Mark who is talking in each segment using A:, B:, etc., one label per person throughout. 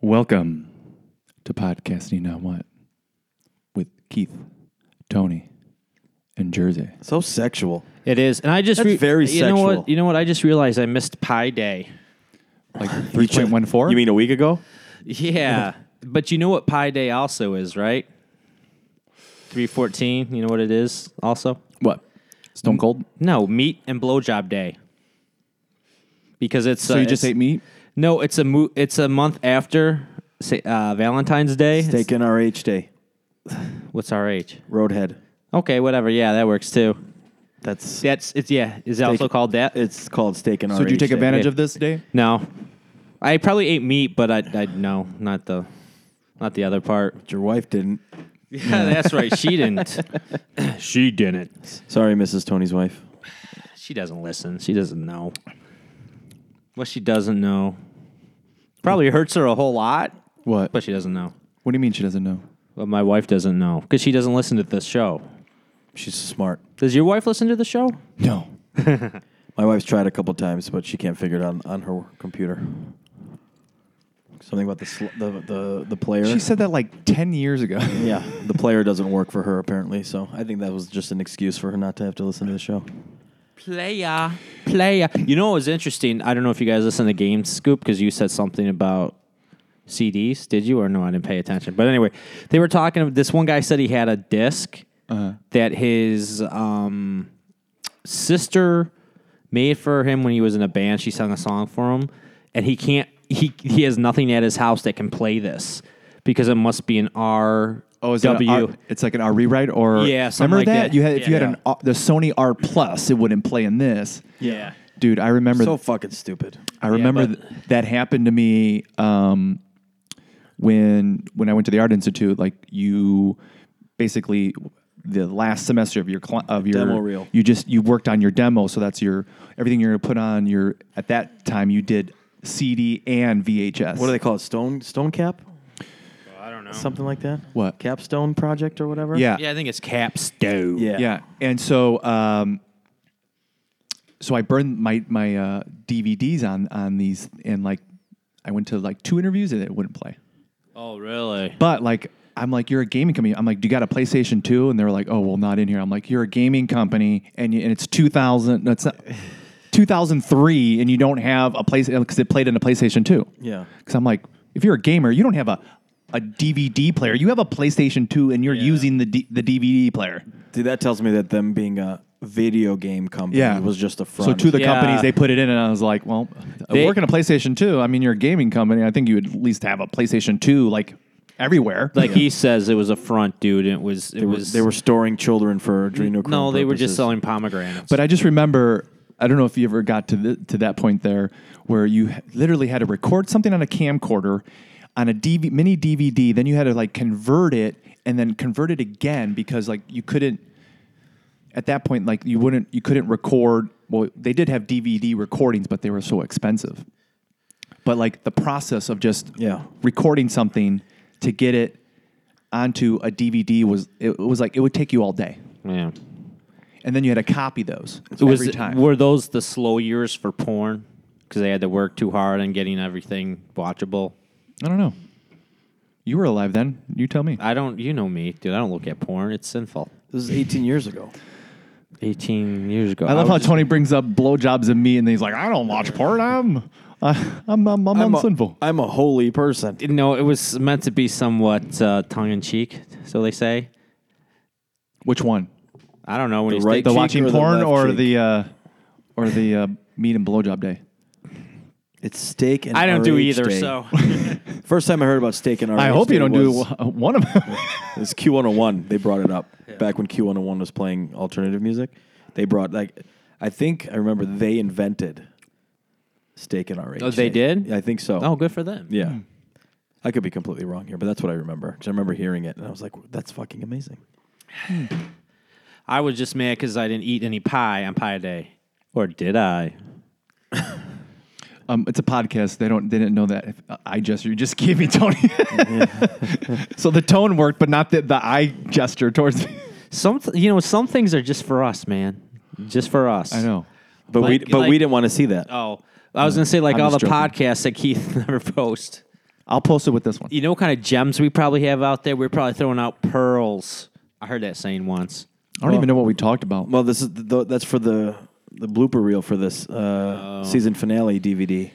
A: Welcome to Podcasting Now What with Keith, Tony, and Jersey.
B: So sexual.
C: It is, and I just
B: That's very
C: you know
B: sexual.
C: what you know what I just realized I missed Pi Day.
A: Like 3.14?
B: You mean a week ago?
C: Yeah, but you know what Pi Day also is, right? Three fourteen. You know what it is also?
A: what? Stone Cold?
C: No, meat and blowjob day. Because it's
A: So
C: uh,
A: you just
C: it's-
A: ate meat?
C: no. It's a mo- it's a month after say, uh, Valentine's Day. It's-
B: Taking our H day.
C: What's our age?
B: Roadhead.
C: Okay, whatever. Yeah, that works too.
B: That's
C: That's it's yeah. Is it also
B: it-
C: called that?
B: it's called steak and
A: So did you take advantage
C: Yeah.
A: of this day?
C: No, I probably ate meat, but I I no not the not the other part.
B: Your wife didn't.
C: Yeah, that's right. She didn't. she didn't.
B: Sorry, Mrs. Tony's wife.
C: She doesn't listen. She doesn't know. What she doesn't know probably hurts her a whole lot,
A: What?
C: but she doesn't know.
A: what do you mean she doesn't know?
C: But my wife doesn't know because she doesn't listen to this show.
B: She's smart.
C: Does your wife listen to the show?
A: No.
B: My wife's tried a couple times, but she can't figure it out on, on her computer. Something about the sl- the, the the player.
A: She said that like 10 years ago.
B: yeah, the player doesn't work for her apparently. So I think that was just an excuse for her not to have to listen to the show.
C: Playa. Playa. You know what was interesting? I don't know if you guys listen to Game Scoop because you said something about CDs. Did you? Or no, I didn't pay attention. But anyway, they were talking. This one guy said he had a disk
A: Uh-huh.
C: that his um, sister made for him when he was in a band. She sung a song for him, and he can't. He he has nothing at his house that can play this because it must be an R.
A: Oh, is
C: W.
A: it an R, It's like an R rewrite or
C: Yeah, something
A: remember
C: like
A: that?
C: that.
A: You had if you had
C: Yeah.
A: an R, the Sony R plus, it wouldn't play in this.
C: yeah.
A: Dude, I remember
B: So fucking stupid.
A: I remember
C: but-
A: th- that happened to me um, when when I went to the art institute. Like you, basically, the last semester of your cl- of your
B: Demo reel.
A: you just you worked on your demo. So that's your everything you're gonna put on your. At that time, you did CD and VHS.
B: What do they call it? Stone stone cap?
C: I don't know.
B: Something like that.
A: What?
B: capstone project or whatever?
A: Yeah,
C: Yeah, I think it's capstone.
B: Yeah.
A: yeah. And so, um, so I burned my my uh, DVDs on on these, and like I went to like two interviews and it wouldn't play.
C: Oh, really?
A: But like, I'm like, you're a gaming company. I'm like, do you got a PlayStation 2? And they're like, oh, well, not in here. I'm like, you're a gaming company, and you, and it's 2000. No, it's not 2003, and you don't have a place because it played in a PlayStation 2.
B: Yeah.
A: Because I'm like, if you're a gamer, you don't have a a DVD player. You have a PlayStation 2, and you're using the D, the DVD player.
B: Dude, that tells me that them being a video game company
A: Yeah.
B: was just a
A: So
B: front.
A: to the
C: Yeah.
A: companies, they put it in, and I was like, well,
C: They-
A: working a PlayStation 2. I mean, you're a gaming company. I think you would at least have a PlayStation 2 like everywhere.
C: Like he says, it was a front, dude. It was. It
B: they, were,
C: was.
B: they were storing children for adrenochrome.
C: No, they were just
B: purposes.
C: selling pomegranates.
A: But I just remember, I don't know if you ever got to the, to that point there, where you h- literally had to record something on a camcorder, on a DV, mini DVD, then you had to like convert it and then convert it again because like you couldn't. At that point, like you wouldn't, you couldn't record. Well, they did have DVD recordings, but they were so expensive. But like the process of just
B: Yeah.
A: recording something to get it onto a DVD was it, it was like it would take you all day,
C: yeah.
A: and then you had to copy those
C: It was.
A: every time.
C: Were those the slow years for porn? Because they had to work too hard on getting everything watchable.
A: I don't know. You were alive then. You tell me.
C: I don't. You know me, dude. I don't look at porn. It's sinful.
B: This is 18 years ago.
C: Eighteen years ago.
A: I love
C: was
A: how
C: just-
A: Tony brings up blowjobs and me, and he's like, "I don't watch porn. I'm, I, I'm, I'm, I'm,
B: I'm a-
A: unsinful."
B: I'm a holy person.
C: No, it was meant to be somewhat uh, tongue in cheek. So they say.
A: Which one?
C: I don't know when
B: The
C: he's
B: right
C: thinking-
A: The
B: Cheek
A: watching
B: or the
A: porn
B: left
A: or
B: cheek?
A: the, uh, or the uh, meat and blowjob day?
B: It's steak and
C: I don't do
B: RH
C: either.
B: day.
C: So
B: first time I heard about steak and RH
A: I hope
B: day
A: you don't
B: was-
A: do uh, one of them.
B: It's Q101. They brought it up back when Q101 was playing alternative music. They brought like I think I remember they invented steak and RH.
C: Oh, they
B: day.
C: did?
B: I think so.
C: oh, good for them.
B: yeah. I could be completely wrong here, but that's what I remember because I remember hearing it and I was like, "That's fucking amazing."
C: I was just mad because I didn't eat any pie on Pie Day, or did I?
A: Um, it's a podcast. They don't. They didn't know that. If, uh, I gesture. You just gave me Tony. so the tone worked, but not the the eye gesture towards me.
C: Some, th- you know, some things are just for us, man. Just for us.
A: I know.
B: But we
C: Like-
B: but
C: like-
B: we didn't want to see that.
C: Oh, I was gonna say like
A: I'm
C: all the
A: just joking.
C: podcasts that Keith never posts.
A: I'll post it with this one.
C: You know what kind of gems we probably have out there? We're probably throwing out pearls. I heard that saying once.
A: I don't even know what we talked about.
B: Well, this is the, that's for the the blooper reel for this
C: Oh.
B: uh, season finale DVD.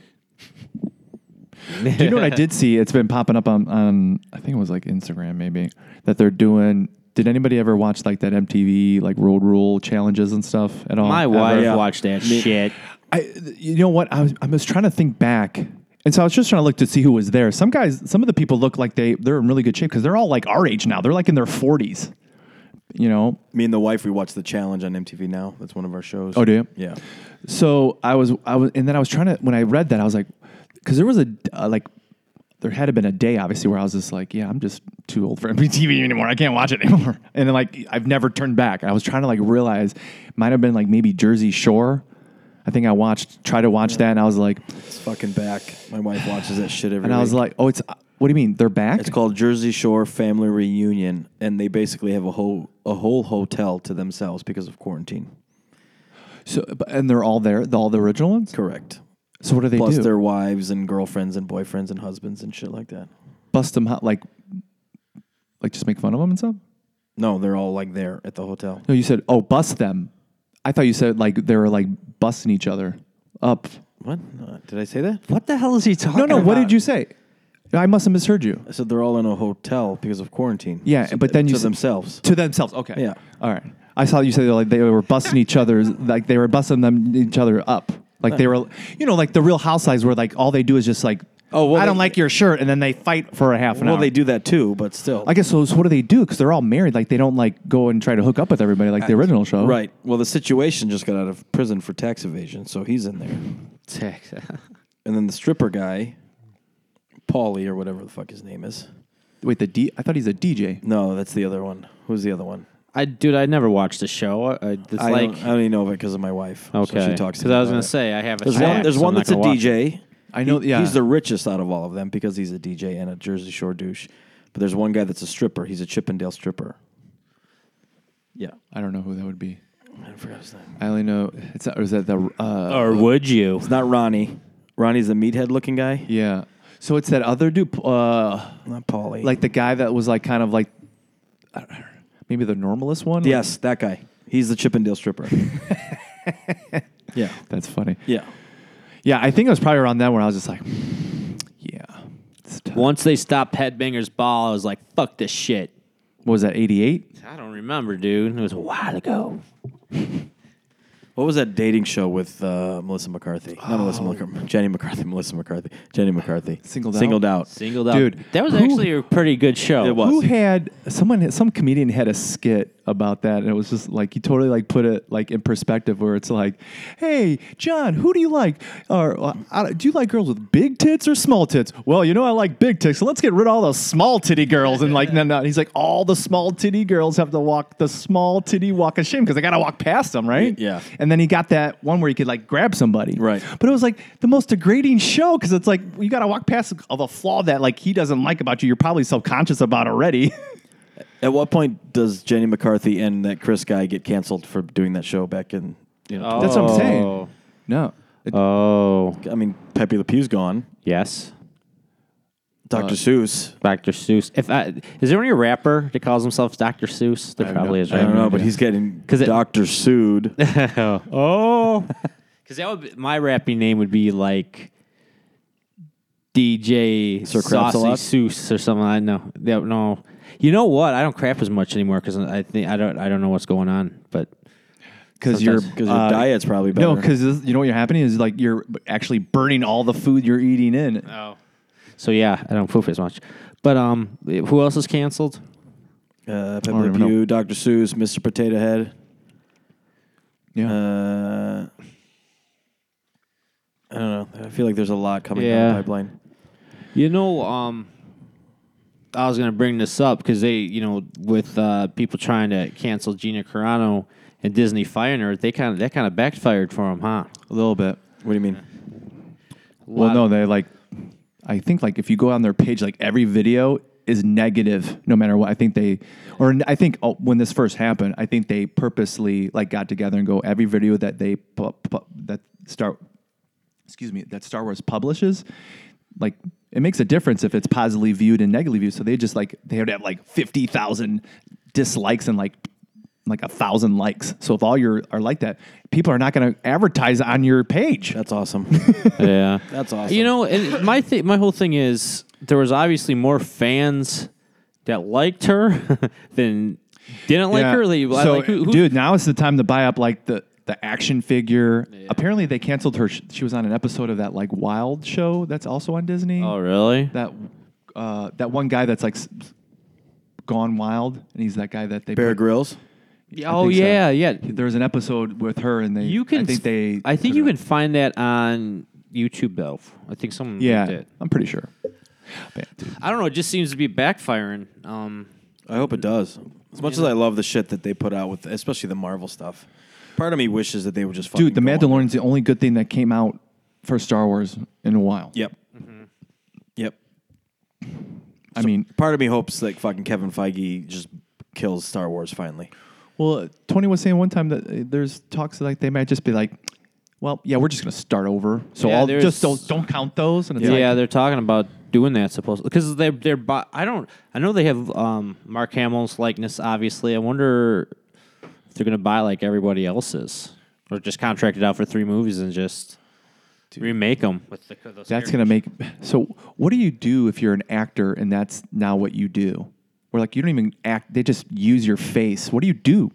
A: Do you know what I did see? It's been popping up on, on I think it was like Instagram maybe that they're doing. Did anybody ever watch like that MTV like road rule challenges and stuff at all?
C: My
A: Ever?
C: wife
B: yeah.
C: watched that shit.
A: I, you know what? I was, I was trying to think back, and so I was just trying to look to see who was there. Some guys, some of the people look like they they're in really good shape because they're all like our age now. They're like in their forties. You know,
B: Me and the wife we watch the challenge on MTV now. That's one of our shows.
A: Oh, do you?
B: Yeah.
A: So I was, I was, and then I was trying to. When I read that, I was like, because there was a uh, like, there had been a day obviously where I was just like, yeah, I'm just too old for MTV anymore. I can't watch it anymore. And then like, I've never turned back. I was trying to like realize, might have been like maybe Jersey Shore. I think I watched, tried to watch that, and I was like,
B: It's fucking back. My wife watches that shit every.
A: and I was
B: week.
A: like, oh, it's what do you mean they're back?
B: it's called Jersey Shore Family Reunion, and they basically have a whole a whole hotel to themselves because of quarantine.
A: so, but- and they're all there, the- all the original ones.
B: Correct.
A: So what do they
B: Plus
A: do?
B: their wives and girlfriends and boyfriends and husbands and shit like that.
A: bust them hot, like, like just make fun of them and stuff.
B: No, they're all like there at the hotel.
A: No, you said, oh, bust them. I thought you said like they were like busting each other up.
B: What?
A: Uh,
B: No, did I say that?
C: What the hell is he talking
A: No, no, what
C: about?
A: did you say? I must have misheard you.
B: I said they're all in a hotel because of quarantine.
A: Yeah,
B: So-
A: but then you
B: to
A: s-
B: themselves.
A: To themselves. Okay.
B: Yeah.
A: All right. I saw you say like they were busting each other's like they were busting them each other up. Like they were you know, like the real housewives where like all they do is just like
B: Oh, well,
A: I don't
B: they-
A: like your shirt and then they fight for a half an
B: Well,
A: hour.
B: they do that too, but still.
A: I guess so, so what do they do? Because they're all married. Like they don't like go and try to hook up with everybody like the original show.
B: Right. Well, the situation just got out of prison for tax evasion, so he's in there. And then the stripper guy, Paulie or whatever the fuck his name is.
A: Wait, the D I thought he's a DJ.
B: No, that's the other one. Who's the other one?
C: I dude, I never watched the show. I, I- it's
B: I,
C: like
B: don't, I don't even know of it because of my wife. So
C: okay,
B: she talks. to
C: because
B: me
C: I was
B: about
C: gonna
B: it.
C: say I have. A
B: there's
C: stack,
B: one. There's
C: so
B: one
C: I'm not
B: that's a
C: gonna watch it.
B: DJ.
A: I know-
B: He-
A: yeah.
B: He's the richest out of all of them because he's a DJ and a Jersey Shore douche. But there's one guy that's a stripper. He's a Chippendale stripper. Yeah,
A: I don't know who that would be.
B: I forgot his name.
A: I only know it's not, or is that the uh
C: Or would you?
B: It's not Ronnie. Ronnie's the meathead looking guy.
A: Yeah. So it's that other dude, uh,
B: Not Paulie.
A: like the guy that was like kind of like I don't know, maybe the normalist one. Like-
B: yes, that guy. He's the Chippendale stripper. yeah.
A: that's funny.
B: Yeah.
A: Yeah, I think it was probably around that where I was just like, yeah. It's tough.
C: Once they stopped Headbangers Ball, I was like, fuck this shit.
A: What was that? Eighty eight.
C: I don't remember, dude. It was a while ago.
B: What was that dating show with uh, Melissa McCarthy? Not Melissa McCarthy. Jenny McCarthy. Melissa McCarthy. Jenny McCarthy.
A: Oh. Singled out?
B: Singled out.
C: Singled out.
A: Dude,
C: that was
A: who-
C: actually a pretty good show.
B: It was.
A: Who had someone? had- Some comedian had a skit about that, and it was just like he totally like put it like in perspective, where it's like, "Hey, John, who do you like? Or uh, I- do you like girls with big tits or small tits? Well, you know I like big tits, so let's get rid of all those small titty girls." And like, no, no, he's like, all the small titty girls have to walk the small titty walk of shame because they gotta walk past them, right?
B: Yeah.
A: And then he got that one where he could like grab somebody,
B: Right.
A: But it was like the most degrading show because it's like you got to walk past of a flaw that like he doesn't like about you. You're probably self-conscious about already.
B: At what point does Jenny McCarthy and that Chris guy get canceled for doing that show back in? You know,
A: That's what I'm
C: Oh.
A: saying. No,
C: Oh,
B: I mean, Pepe Le Pew's gone.
C: yes.
B: Dr.
A: Uh,
B: Seuss.
C: Dr. Seuss. If I, is there any rapper that calls themselves Dr. Seuss? There
A: I have
C: probably
A: no-
C: is.
B: I
C: Right?
B: don't know, but he's getting
C: 'Cause it-
B: Dr. Sued.
C: oh, because that would be, my rapping name would be like DJ
B: Sir
C: Saucy
B: Craps-a-Lot?
C: Seuss or something. I know. Yeah, no, you know what? I don't crap as much anymore because I think I don't. I don't know what's going on, but
A: because
C: your-
A: you're uh,
B: 'cause your diet's probably better.
A: No, because you know what you're happening is like you're actually burning all the food you're eating in.
C: so yeah, I don't poop as much. But um, who else is canceled?
B: Uh, Pepe
A: don't
B: Le
A: even know.
B: Pew, Dr. Seuss, Mr. Potato Head.
A: yeah,
B: Uh, I don't know. I feel like there's a lot coming down
C: Yeah.
B: the pipeline.
C: You know, um, I was going to bring this up because they, you know, with uh, people trying to cancel Gina Carano and Disney firing her, they kind of that kind of backfired for them, huh?
A: a little bit.
B: What do you mean?
A: Well, no, they like. I think like if you go on their page, like every video is negative, no matter what. I think they, or I think oh, when this first happened, I think they purposely like got together and go every video that they pu- pu- that start, excuse me, that Star Wars publishes, like it makes a difference if it's positively viewed and negatively viewed. So they just like they would have like fifty thousand dislikes and like like a thousand likes. So if all your are like that, people are not going to advertise on your page.
B: That's awesome.
C: yeah,
B: That's awesome.
C: You know, and my th- my whole thing is there was obviously more fans that liked her than didn't like
A: Yeah.
C: her. They,
A: so,
C: like, who, who-
A: dude, now is the time to buy up like the the action figure. Apparently, they canceled her. sh- She was on an episode of that like Wild show that's also on Disney.
C: Oh, really?
A: That uh, that one guy that's like s- gone wild, and he's that guy that they
B: Bear
A: put-
B: Grylls.
A: I
C: oh,
A: think so.
C: yeah, yeah.
A: There was an episode with her, and they.
C: You can.
A: I think they.
C: I think
A: put
C: you
A: her-
C: can find that on YouTube, though. I think someone did.
A: Yeah,
C: it.
A: I'm pretty sure. Man, dude.
C: I don't know. It just seems to be backfiring. Um,
B: I hope it does. As much as I love the shit that they put out with, especially the Marvel stuff, part of me wishes that they would just.
A: Dude, The
B: fucking go on.
A: Mandalorian's the only good thing that came out for Star Wars in a while.
B: Yep. Yep.
A: I mean,
B: Part of me hopes like fucking Kevin Feige just kills Star Wars finally.
A: Well, Tony was saying one time that uh, there's talks like they might just be like, well, yeah, we're just going to start over. So
C: Yeah,
A: I'll
C: there's-
A: just don't, don't count those. And it's
C: yeah,
A: like,
C: they're talking about doing that supposedly because they're they're. bu- I don't. I know they have um, Mark Hamill's likeness. Obviously, I wonder if they're gonna buy like everybody else's or just contract it out for three movies and just remake 'em remake them with the, those
A: that's
C: characters.
A: going to make. So what do you do if you're an actor and that's now what you do? Where like you don't even act, they just use your face. What do you do?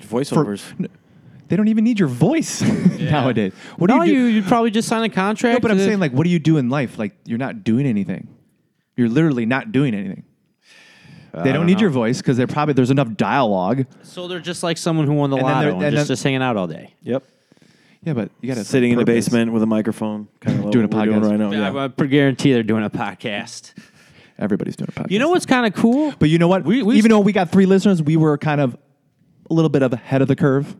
B: Voiceovers.
A: n- They don't even need your voice nowadays. What do
C: No,
A: you do?
C: you you'd probably just sign a contract.
A: no, but I'm
C: to-
A: saying like, what do you do in life? Like you're not doing anything. You're literally not doing anything. They don't,
C: don't
A: need
C: know.
A: your voice because they're probably there's enough dialogue.
C: so they're just like someone who won the
A: And then they're-
C: lotto and,
A: and
C: just,
A: then-
C: just hanging out all day.
B: yep.
A: Yeah, but you got to
B: Sitting in the basement with a microphone, kind of
A: Doing a podcast.
B: right now.
C: I,
B: Yeah.
C: I pretty guarantee they're doing a podcast.
A: Everybody's doing a podcast.
C: You know what's kind of cool?
A: But you know what?
C: We- we-
A: Even though we got three listeners, we were kind of a little bit of ahead of the curve.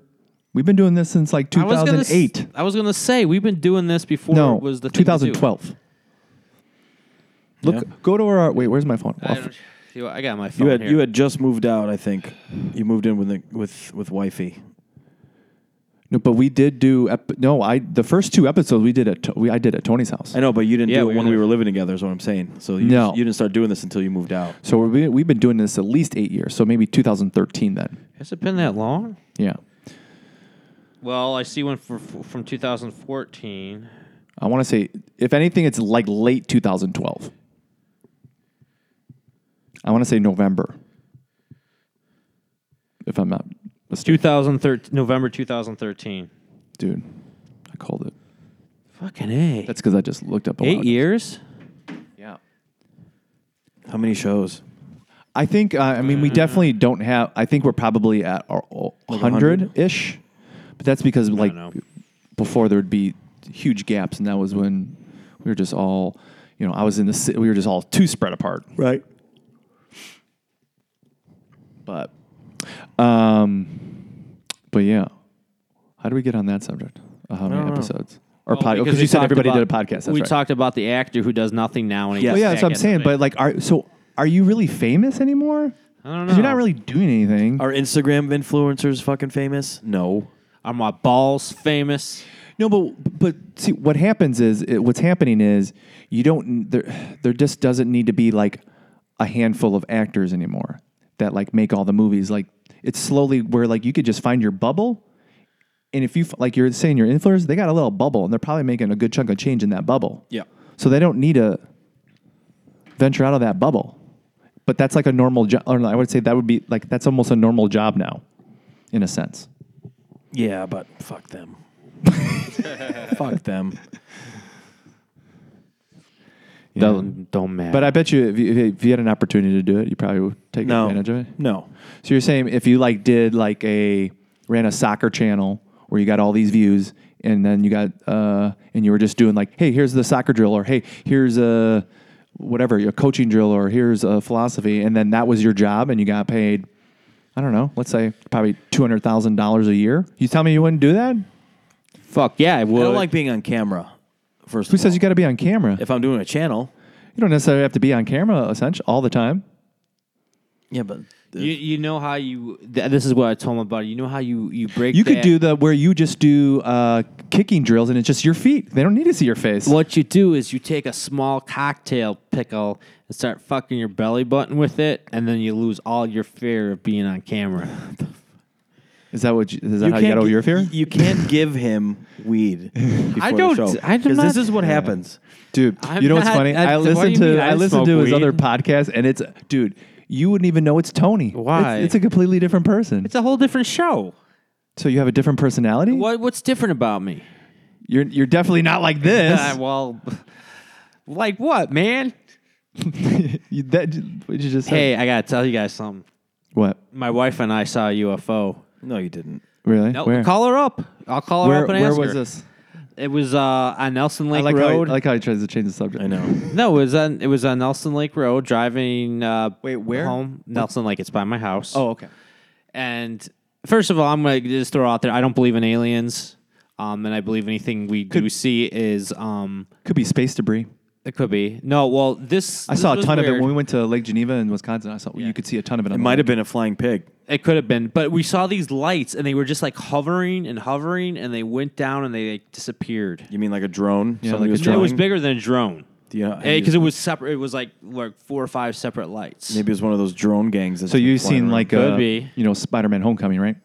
A: We've been doing this since like
C: I was gonna s-
A: 2008.
C: I was gonna say we've been doing this before.
A: no,
C: it was the thing to do.
A: 2012. Look,
B: Yeah.
A: go to our wait. Where's my phone?
C: I,
A: Off.
C: don't- you- I got my phone
B: You had
C: here.
B: you had just moved out, I think. You moved in with the, with with wifey.
A: No, but we did do. Ep- no, I the first two episodes we did at To- we, I did at Tony's house.
B: I know, but you didn't
C: Yeah,
B: do
C: we
B: it
C: were
B: when
C: there.
B: we were living together. Is what I'm saying. So you,
A: No.
B: you didn't start doing this until you moved out.
A: So we we've been doing this at least eight years. So maybe 2013 then.
C: Has it been that long?
A: Yeah,
C: Well, I see one for, for, from 2014.
A: I want to say if anything, it's like late 2012. I want to say November. If I'm not mistaken.
C: 2013, November 2013.
A: Dude, I called it.
C: Fucking a.
A: That's because I just looked up a
C: eight
A: lot.
C: years.
A: Yeah.
B: How many shows?
A: I think, uh, I mean, we
C: Mm.
A: definitely don't have, I think we're probably at our 100 ish, but that's because, like,
C: know.
A: before there would be huge gaps, and that was when we were just all, you know, I was in the city, we were just all too spread apart.
B: Right.
A: But, um, but yeah. How do we get on that subject? Uh, how many
B: don't know.
A: episodes? Or
C: Well,
A: podcast? Because
C: we
A: oh, you said
C: talked
A: everybody did a
C: about-
A: podcast. That's
C: we
A: right.
C: talked about the actor who does nothing now. And he
A: Well,
B: Yes.
C: gets
A: yeah, that's
C: back
A: what I'm
C: at
A: saying.
C: it.
A: But like, are so are you really famous anymore?
C: I don't
A: 'Cause You're not
C: know.
A: really doing anything.
B: Are Instagram influencers fucking famous? No.
C: are my balls famous?
A: No, but but see, what happens is it, what's happening is you don't there there just doesn't need to be like a handful of actors anymore that like make all the movies. Like it's slowly where like you could just find your bubble, and if you f- like you're saying your influencers, they got a little bubble, and they're probably making a good chunk of change in that bubble.
B: Yeah.
A: So they don't need to venture out of that bubble. But that's like a normal job. Or I would say that would be like that's almost a normal job now, in a sense.
B: Yeah, but fuck them. fuck them.
C: Don't, don't matter.
A: But I bet you if, you if you had an opportunity to do it, you probably would take
B: No.
A: advantage of it.
B: No.
A: So you're saying if you like did like a ran a soccer channel where you got all these views and then you got uh and you were just doing like, hey, here's the soccer drill or hey, here's a whatever, a coaching drill or here's a philosophy and then that was your job and you got paid I don't know, let's say probably $200,000 a year. You tell me you wouldn't do that?
C: fuck yeah, I
B: I
C: would.
B: don't like being on camera. First
A: Who
B: of
A: says
B: all.
A: you got to be on camera?
B: if I'm doing a channel.
A: You don't necessarily have to be on camera essentially all the time.
B: Yeah, but
C: You, you know how you. Th- this is what I told him about. it. You know how you you break.
A: You could
C: that-
A: do the where you just do uh, kicking drills and it's just your feet. They don't need to see your face.
C: What you do is you take a small cocktail pickle and start fucking your belly button with it, and then you lose all your fear of being on camera.
A: Is that what? You, is that how you got
B: can't
A: over
B: gi-
A: your fear?
B: You can't give him weed. Before
C: don't-
B: The show,
C: I do
B: 'Cause
C: not-
B: this is what happens.
A: dude.
C: I'm
A: you know what's
C: not-
A: funny?
C: I-
A: I
C: what do you
A: listened to
C: mean? I
A: I
C: don't
A: listened to
C: smoke
A: his
C: weed.
A: other podcast, and it's dude. You wouldn't even know it's Tony.
C: Why?
A: It's, it's a completely different person.
C: It's a whole different show.
A: so you have a different personality.
C: What what's different about me?
A: You're you're definitely not like this.
C: Uh, well, like what, man?
A: you, that what you just said.
C: Hey, I gotta tell you guys something.
A: What?
C: My wife and I saw a UFO.
B: No, you didn't.
A: Really?
C: No,
A: where?
C: call her up. I'll call her
A: where
C: up and
A: where
C: ask
A: was
C: her.
A: this?
C: It was uh, on Nelson
A: I
C: Lake
A: like how, he,
C: Road.
A: like how he tries to change the subject.
B: I know.
C: no, it was on it was on Nelson Lake Road. Driving. Uh,
A: Wait, where?
C: Home Nelson Lake. It's by my house.
A: Oh, okay.
C: And first of all, I'm gonna just throw out there. I don't believe in aliens. Um, and I believe anything we do see is um,
A: Could be space debris.
C: it could be no. Well, this
A: I
C: this
A: saw a
C: was
A: ton of it
C: weird.
A: when we went to Lake Geneva in Wisconsin. I saw you could see a ton of it.
B: It might have been a flying pig.
C: It could have been, but we saw these lights and they were just like hovering and hovering, and they went down and they like, disappeared.
B: You mean like a drone?
A: Yeah,
B: Somebody
A: like a
B: was
A: drone.
C: It was
B: drawing?
C: bigger than a drone.
B: Do you know- have you-
C: because it was separate. It was like like four or five separate lights.
B: Maybe it was one of those drone gangs. That's
A: So
B: been
A: you've
B: flying
A: seen
B: around.
A: like
C: Could
A: uh,
C: be.
A: you know Spider-Man: Homecoming, right?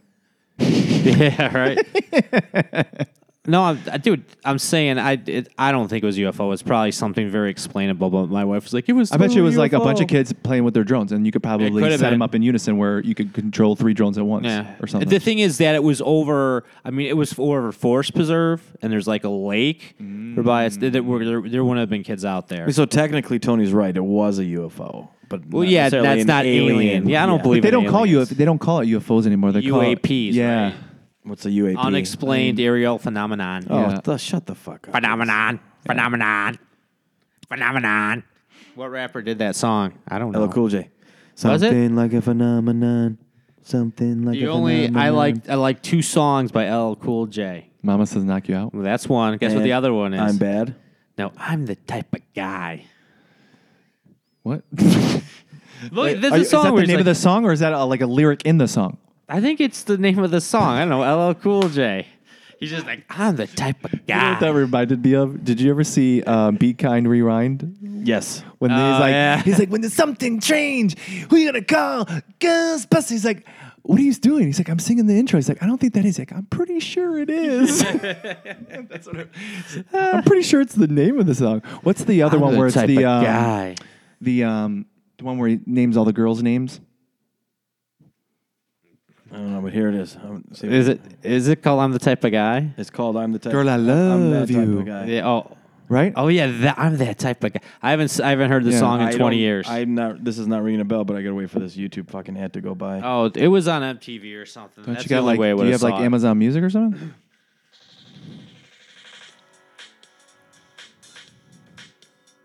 C: yeah, right. no, I'm, I- dude, I'm saying I it, I don't think it was UFO. It's probably something very explainable. But my wife was like, it was.
A: I bet you it was like a bunch of
C: kids.
A: kids playing with their drones, and you could probably
C: could
A: set
C: have
A: them
C: been.
A: up in unison where you could control three drones at once or something.
C: The thing is that it was over. I mean, it was over Forest Preserve, and there's like a lake whereby it's, there, there, were- there, there wouldn't have been kids out there.
B: So technically, Tony's right. It was a UFO, but
C: Well, yeah,
B: necessarily
C: that's
B: an
C: not alien. Yeah, I don't believe-
A: they don't call you
C: aliens.
A: they don't call it UFOs anymore. They call it-
C: UAPs,
A: yeah,
C: right?
B: What's a UAP?
C: Unexplained aerial phenomenon.
B: Oh,
A: Yeah.
B: th- shut the fuck up.
C: Phenomenon. Phenomenon. Phenomenon. What rapper did that song? I don't know.
B: LL Cool J.
C: Was it?
B: Something like a phenomenon. Something like
C: The
B: a
C: only
B: phenomenon.
C: I like I like two songs by LL Cool J.
A: Mama says knock you out.
C: Well, that's one. Guess what
B: And
C: the other one is?
B: I'm bad.
C: No, I'm the type of guy.
A: What?
C: Look,
A: Are
C: there's
A: you-
C: a
A: is that
C: song
A: the
C: where
A: name
C: he's
A: of
C: like-
A: the song, or is that uh like a lyric in the song?
C: I think it's the name of the song. I don't know. LL Cool J. He's just like, I'm the type of
A: You know
C: guy.
A: what that reminded me of? Did you ever see um, "Be Kind, Rewind"?
B: Yes.
A: When
C: Oh,
A: he's like,
C: yeah.
A: he's like, when there's something strange, who you gonna call? Ghostbusters. He's like, what are you doing? He's like, I'm singing the intro. He's like, I don't think that is. He's like, I'm pretty sure it is. That's what I- I'm pretty sure it's the name of the song. What's the other
C: I'm
A: one
C: the
A: where it's
C: type
A: the
C: of
A: um,
C: guy.
A: the um, the one where he names all the girls' names?
B: I don't know, but here it is. I'm- see-
C: Is it is it called I'm the type of guy?
B: It's called "I'm the Type."
A: Girl, I
B: I'm
A: love
B: that type
A: you.
B: of guy.
C: Yeah, oh
A: Right?
C: oh yeah, that, I'm that type of guy. I haven't s- I haven't heard the
A: Yeah.
C: song in
B: I
C: 20
B: don't-
C: years.
B: I'm not. This is not ringing a bell, but I gotta wait for this YouTube fucking hat to go by.
C: oh, it was on MTV or something.
A: Don't
C: That's
A: you
C: the
A: got
C: only
A: like?
C: way I
A: do
C: would
A: you
C: have
A: have like
C: saw it.
A: Amazon Music or something?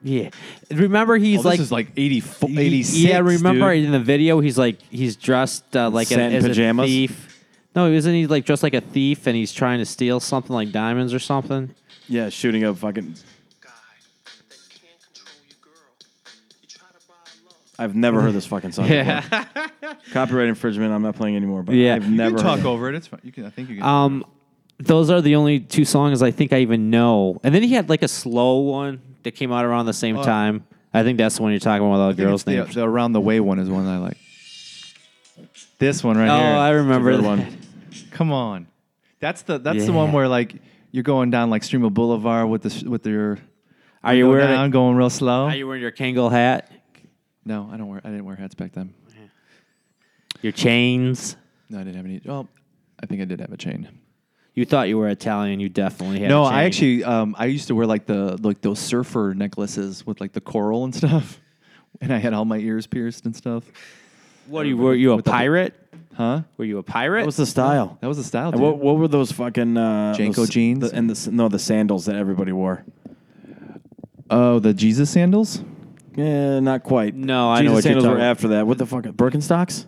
C: Yeah, remember he's
A: Oh,
C: like.
A: this is like 84,
C: he-
A: 86.
C: yeah, remember
A: dude.
C: in the video he's like he's dressed uh, like
B: Satin
C: a, as
B: pajamas?
C: a thief. No, isn't he like dressed like a thief and he's trying to steal something like diamonds or something?
B: Yeah, shooting a fucking.
D: guy that can't control your girl. You try to buy love.
B: I've never heard this fucking song.
C: Yeah.
B: Before. Copyright infringement. I'm not playing anymore. But
C: Yeah.
B: I've
C: You
A: You
B: never.
A: can
B: heard
A: talk
B: it.
A: over it. It's fine. You can. I think you can.
C: Um, those are the only two songs I think I even know. And then he had like a slow one that came out around the same
A: Oh.
C: time. I think that's the one you're talking about with all the
A: I think
C: girls'
A: it's the-
C: names.
A: The, Around the Way one is one I like. This one right
C: oh, I
A: here.
C: remember
B: Good
C: that.
B: one.
A: Come on, that's the that's the one
C: Yeah.
A: where like you're going down like Streamer Boulevard with the sh- with your
C: Are you
A: go
C: wearing?
A: down, going real slow.
C: are you wearing your Kangol hat?
A: no, I don't wear. I didn't wear hats back then.
C: Your chains?
A: No, I didn't have any. Well, I think I did have a chain.
C: You thought you were Italian. You definitely had.
A: no,
C: a chain.
A: I actually um, I used to wear like the like those surfer necklaces with like the coral and stuff, and I had all my ears pierced and stuff.
C: What are you? Were you a
A: With the-
C: pirate?
A: Huh?
C: Were you a pirate?
B: What was the style?
A: That was the style.
B: And
A: Dude.
B: what what were those fucking uh,
A: Janko
B: those-
A: jeans?
B: the- and the s- no the sandals that everybody wore?
A: oh, the Jesus sandals.
B: Yeah, not quite.
C: No, I
B: Jesus
C: know what you're
B: sandals were
C: talking-
B: after that. What the fuck? Birkenstocks?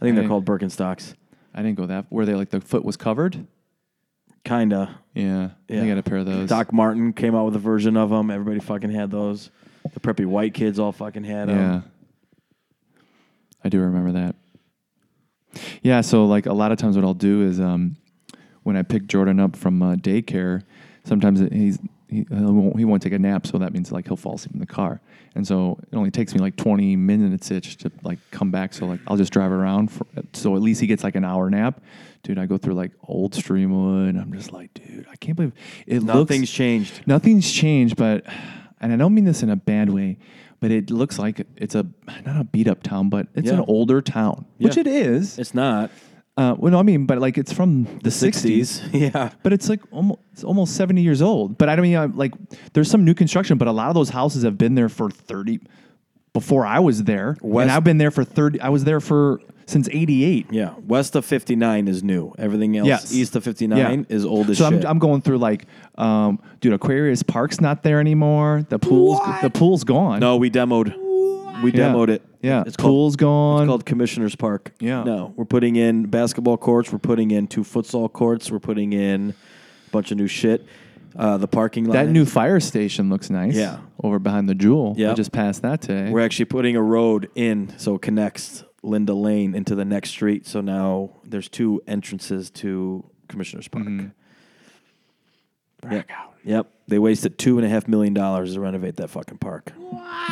B: I think
A: I-
B: they're called Birkenstocks.
A: I didn't go that. Were they like the foot was covered?
B: Kinda.
A: Yeah, I
B: Yeah.
A: think I got a pair of those.
B: Doc Martin came out with a version of them. Everybody fucking had those. The preppy white kids all fucking had them.
A: yeah, I do remember that. Yeah, so like a lot of times what I'll do is um, when I pick Jordan up from uh, daycare, sometimes it- he's he, he won't, he won't take a nap, so that means like he'll fall asleep in the car, and so it only takes me like 20 minutes itch to like come back. So like I'll just drive around, for, so at least he gets like an hour nap. Dude, I go through like old Streamwood, and I'm just like, dude, I can't believe it.
B: Nothing's
A: looks,
B: changed.
A: Nothing's changed, but and I don't mean this in a bad way, but it looks like it's a not a beat up town, but it's
B: Yeah.
A: an older town, which
B: Yeah.
A: it is.
B: It's not
A: Uh, well, no, I mean, but like it's from the, 60s.
B: yeah.
A: But it's like almost, it's almost 70 years old. But I don't mean, I'm, like, there's some new construction, but a lot of those houses have been there for 30 before I was there.
B: West-
A: and I've been there for 30, I was there for since 88.
B: Yeah. West of 59 is new. Everything else
A: Yes.
B: east of 59
A: Yeah.
B: is old as
A: so
B: shit.
A: I'm, I'm going through like, um, dude, Aquarius Park's not there anymore. The pool's, the pool's gone.
B: no, we demoed. We
A: Yeah.
B: demoed it.
A: Yeah.
B: It's
A: Pool's
B: called,
A: gone.
B: it's called Commissioner's Park.
A: Yeah.
B: No, we're putting in basketball courts. We're putting in two futsal courts. We're putting in a bunch of new shit. Uh, the parking lot.
A: that new fire station looks nice.
B: Yeah.
A: Over behind the Jewel.
B: Yeah.
A: I just passed that today.
B: We're actually putting a road in so it connects Linda Lane into the next street. So now there's two entrances to Commissioner's Park.
A: Mm-hmm.
B: Yep. Yep. They wasted two and a half million dollars to renovate that fucking park.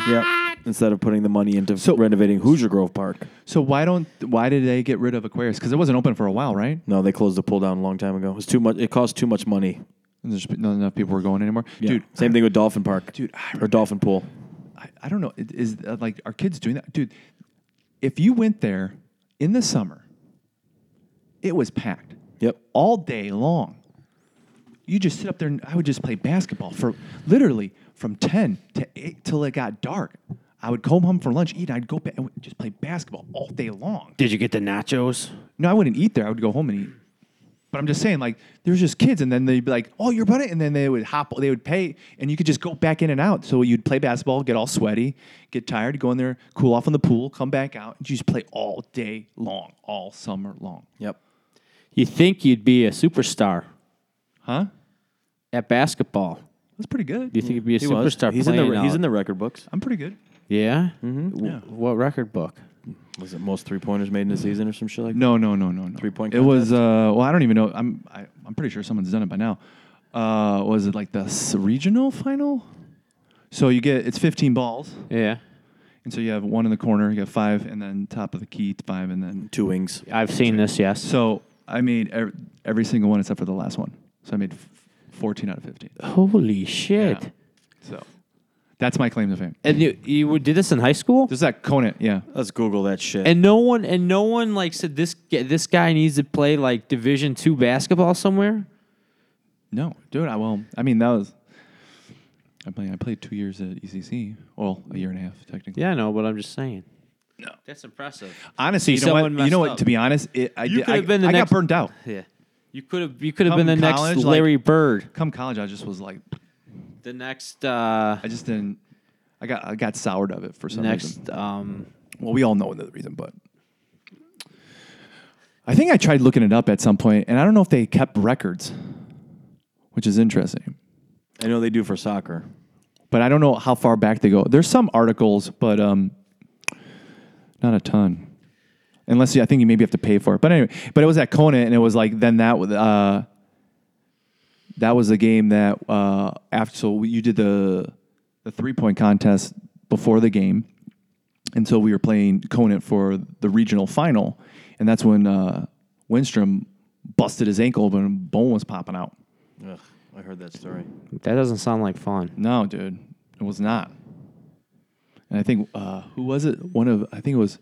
B: Yep. Instead of putting the money into
A: So-
B: renovating Hoosier Grove Park.
A: So why don't why did they get rid of Aquarius? Because it wasn't open for a while, right?
B: No, they closed the pull down a long time ago. It was too much it cost too much money.
A: And There's not enough people were going anymore,
B: Yeah.
A: dude.
B: Same thing with Dolphin Park.
A: Dude, I
B: or
A: remember-
B: Dolphin Pool.
A: I, I don't know. It- Is uh, like are kids doing that, dude? If you went there in the summer, it was packed
B: Yep.
A: all day long. You just sit up there, and I would just play basketball for literally from ten to eight till it got dark. I would come home from lunch, eat, and I'd go back and just play basketball all day long.
C: Did you get the nachos?
A: No, I wouldn't eat there. I would go home and eat. But I'm just saying, like, there's just kids, and then they'd be like, "Oh, you're running," and then they would hop, they would pay, and you could just go back in and out. So you'd play basketball, get all sweaty, get tired, go in there, cool off in the pool, come back out, and you just play all day long, all summer long,
B: Yep.
C: You think you'd be a superstar
A: huh?
C: at basketball?
A: That's pretty good.
C: Do you think you'd be a
B: He was.
C: superstar
B: He's in
C: playing?
B: the he's
C: out-
B: in the record books.
A: I'm pretty good.
C: yeah? Mm-hmm. What record book?
B: Was it most three pointers made in a season or some shit like that?
A: No, no, no, no, no.
B: Three-point
A: It was. Uh, well, I don't even know. I'm. I, I'm pretty sure someone's done it by now. Uh, was it like the s- regional final? So you get it's 15 balls.
C: Yeah.
A: And so you have one in the corner, you got five, and then top of the key, five, and then.
B: Two wings.
C: I've seen this, yes.
A: So I made every, every single one except for the last one. So I made f- 14 out of 15.
C: Holy shit.
A: Yeah. So that's my claim to fame.
C: And you, you would- did this in high school?
A: There's that Conant, yeah.
B: Let's Google that shit.
C: and no one and no one like said this g- this guy needs to play like division 2 basketball somewhere?
A: No, dude, I will. I mean, that was. I played, I played two years at ECC. Well, a year and a half, technically.
C: Yeah, no, but I'm just saying. No. That's impressive.
A: Honestly, you know
C: Someone
A: what? You
C: messed
A: know what?
C: up.
A: To be honest, it, I,
C: You
A: did-
C: could
A: I,
C: have been the
A: I
C: next-
A: got burned out.
C: Yeah. You could have you could have
A: Come
C: been the
A: college,
C: next
A: like-
C: Larry Bird.
A: Come college, I just was like,
C: The next uh
A: I just didn't. I got I got soured of it for some reason.
C: next um
A: Well, we all know the reason, but I think I tried looking it up at some point, and I don't know if they kept records, which is interesting.
B: I know they do for soccer.
A: But I don't know how far back they go. There's some articles, but um, not a ton. Unless you, I think you maybe have to pay for it. But anyway, but it was at Kona, and it was like then that was, uh, that was the game that uh, after so you did the the three point contest before the game, and so we were playing Conant for the regional final, and that's when uh, Winstrom busted his ankle open and bone was popping out.
B: Ugh, I heard that story.
C: that doesn't sound like fun.
A: No, dude, it was not. And I think uh, who was it? One of I think it was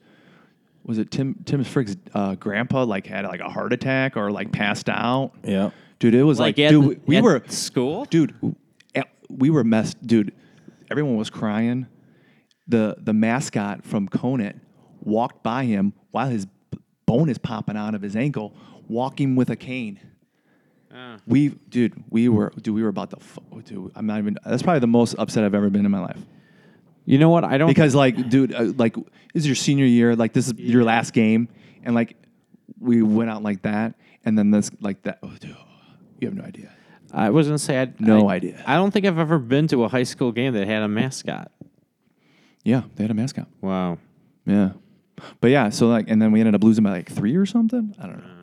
A: was it Tim Tim Frick's uh, grandpa like had like a heart attack or like passed out.
B: Yeah.
A: Dude, it was like,
C: Like at
A: dude,
C: the-
A: we- we
C: at
A: were
C: school?
A: dude. at- We were messed, dude. Everyone was crying. The the mascot from Conant walked by him while his b- bone is popping out of his ankle, walking with a cane.
C: Ah.
A: We, dude, we were, dude, we were about to, fu- oh, dude. I'm not even. That's probably the most upset I've ever been in my life
C: You know what? I don't
A: because like dude uh, like this is your senior year like this is your last game and like we went out like that and then this like that oh, dude, you have no idea
C: I was gonna say I
A: No
C: I-
A: idea.
C: I don't think I've ever been to a high school game that had a mascot.
A: yeah they had a mascot
C: Wow.
A: yeah But yeah, so like, and then we ended up losing by like three or something. I don't know.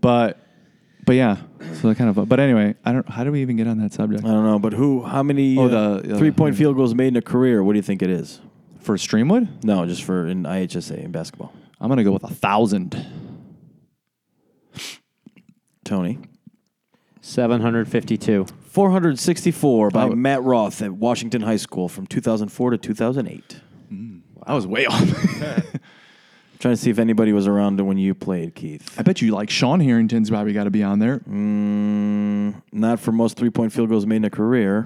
A: But, but yeah, so that kind of. But anyway, I don't. How do we even get on that subject
B: I don't know, but who? How many
A: Oh,
B: uh,
A: the, uh,
B: three-point field goals made in a career? What do you think it is?
A: for Streamwood?
B: No, just for in IHSA in basketball.
A: I'm gonna go with a thousand.
B: Tony,
C: 752.
B: 464 by
A: Oh.
B: Matt Roth at Washington High School from 2004 to 2008.
A: I was way off.
B: trying to see if anybody was around when you played, Keith.
A: I bet you like Sean Harrington's probably got to be on there.
B: Mm, not for most three-point field goals made in a career.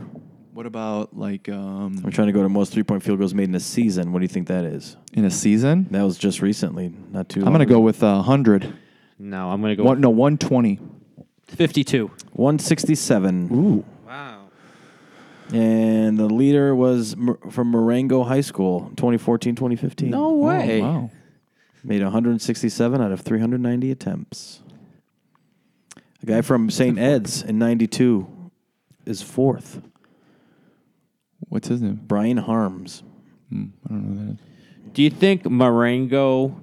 A: What about like um,
B: I'm trying to go to most three-point field goals made in a season. What do you think that is?
A: in a season?
B: That was just recently, not too.
A: I'm gonna go with a hundred.
C: No, I'm going to go
A: One, no, one twenty.
C: 52.
B: 167.
A: Ooh.
C: Wow.
B: And the leader was Mor- from Marengo High School, 2014 2015.
C: No way.
A: Oh, wow.
B: Made 167 out of 390 attempts. A guy from St. Ed's in 92 is fourth.
A: What's his name?
B: Brian Harms.
A: I don't know who that is.
C: Do you think Marengo,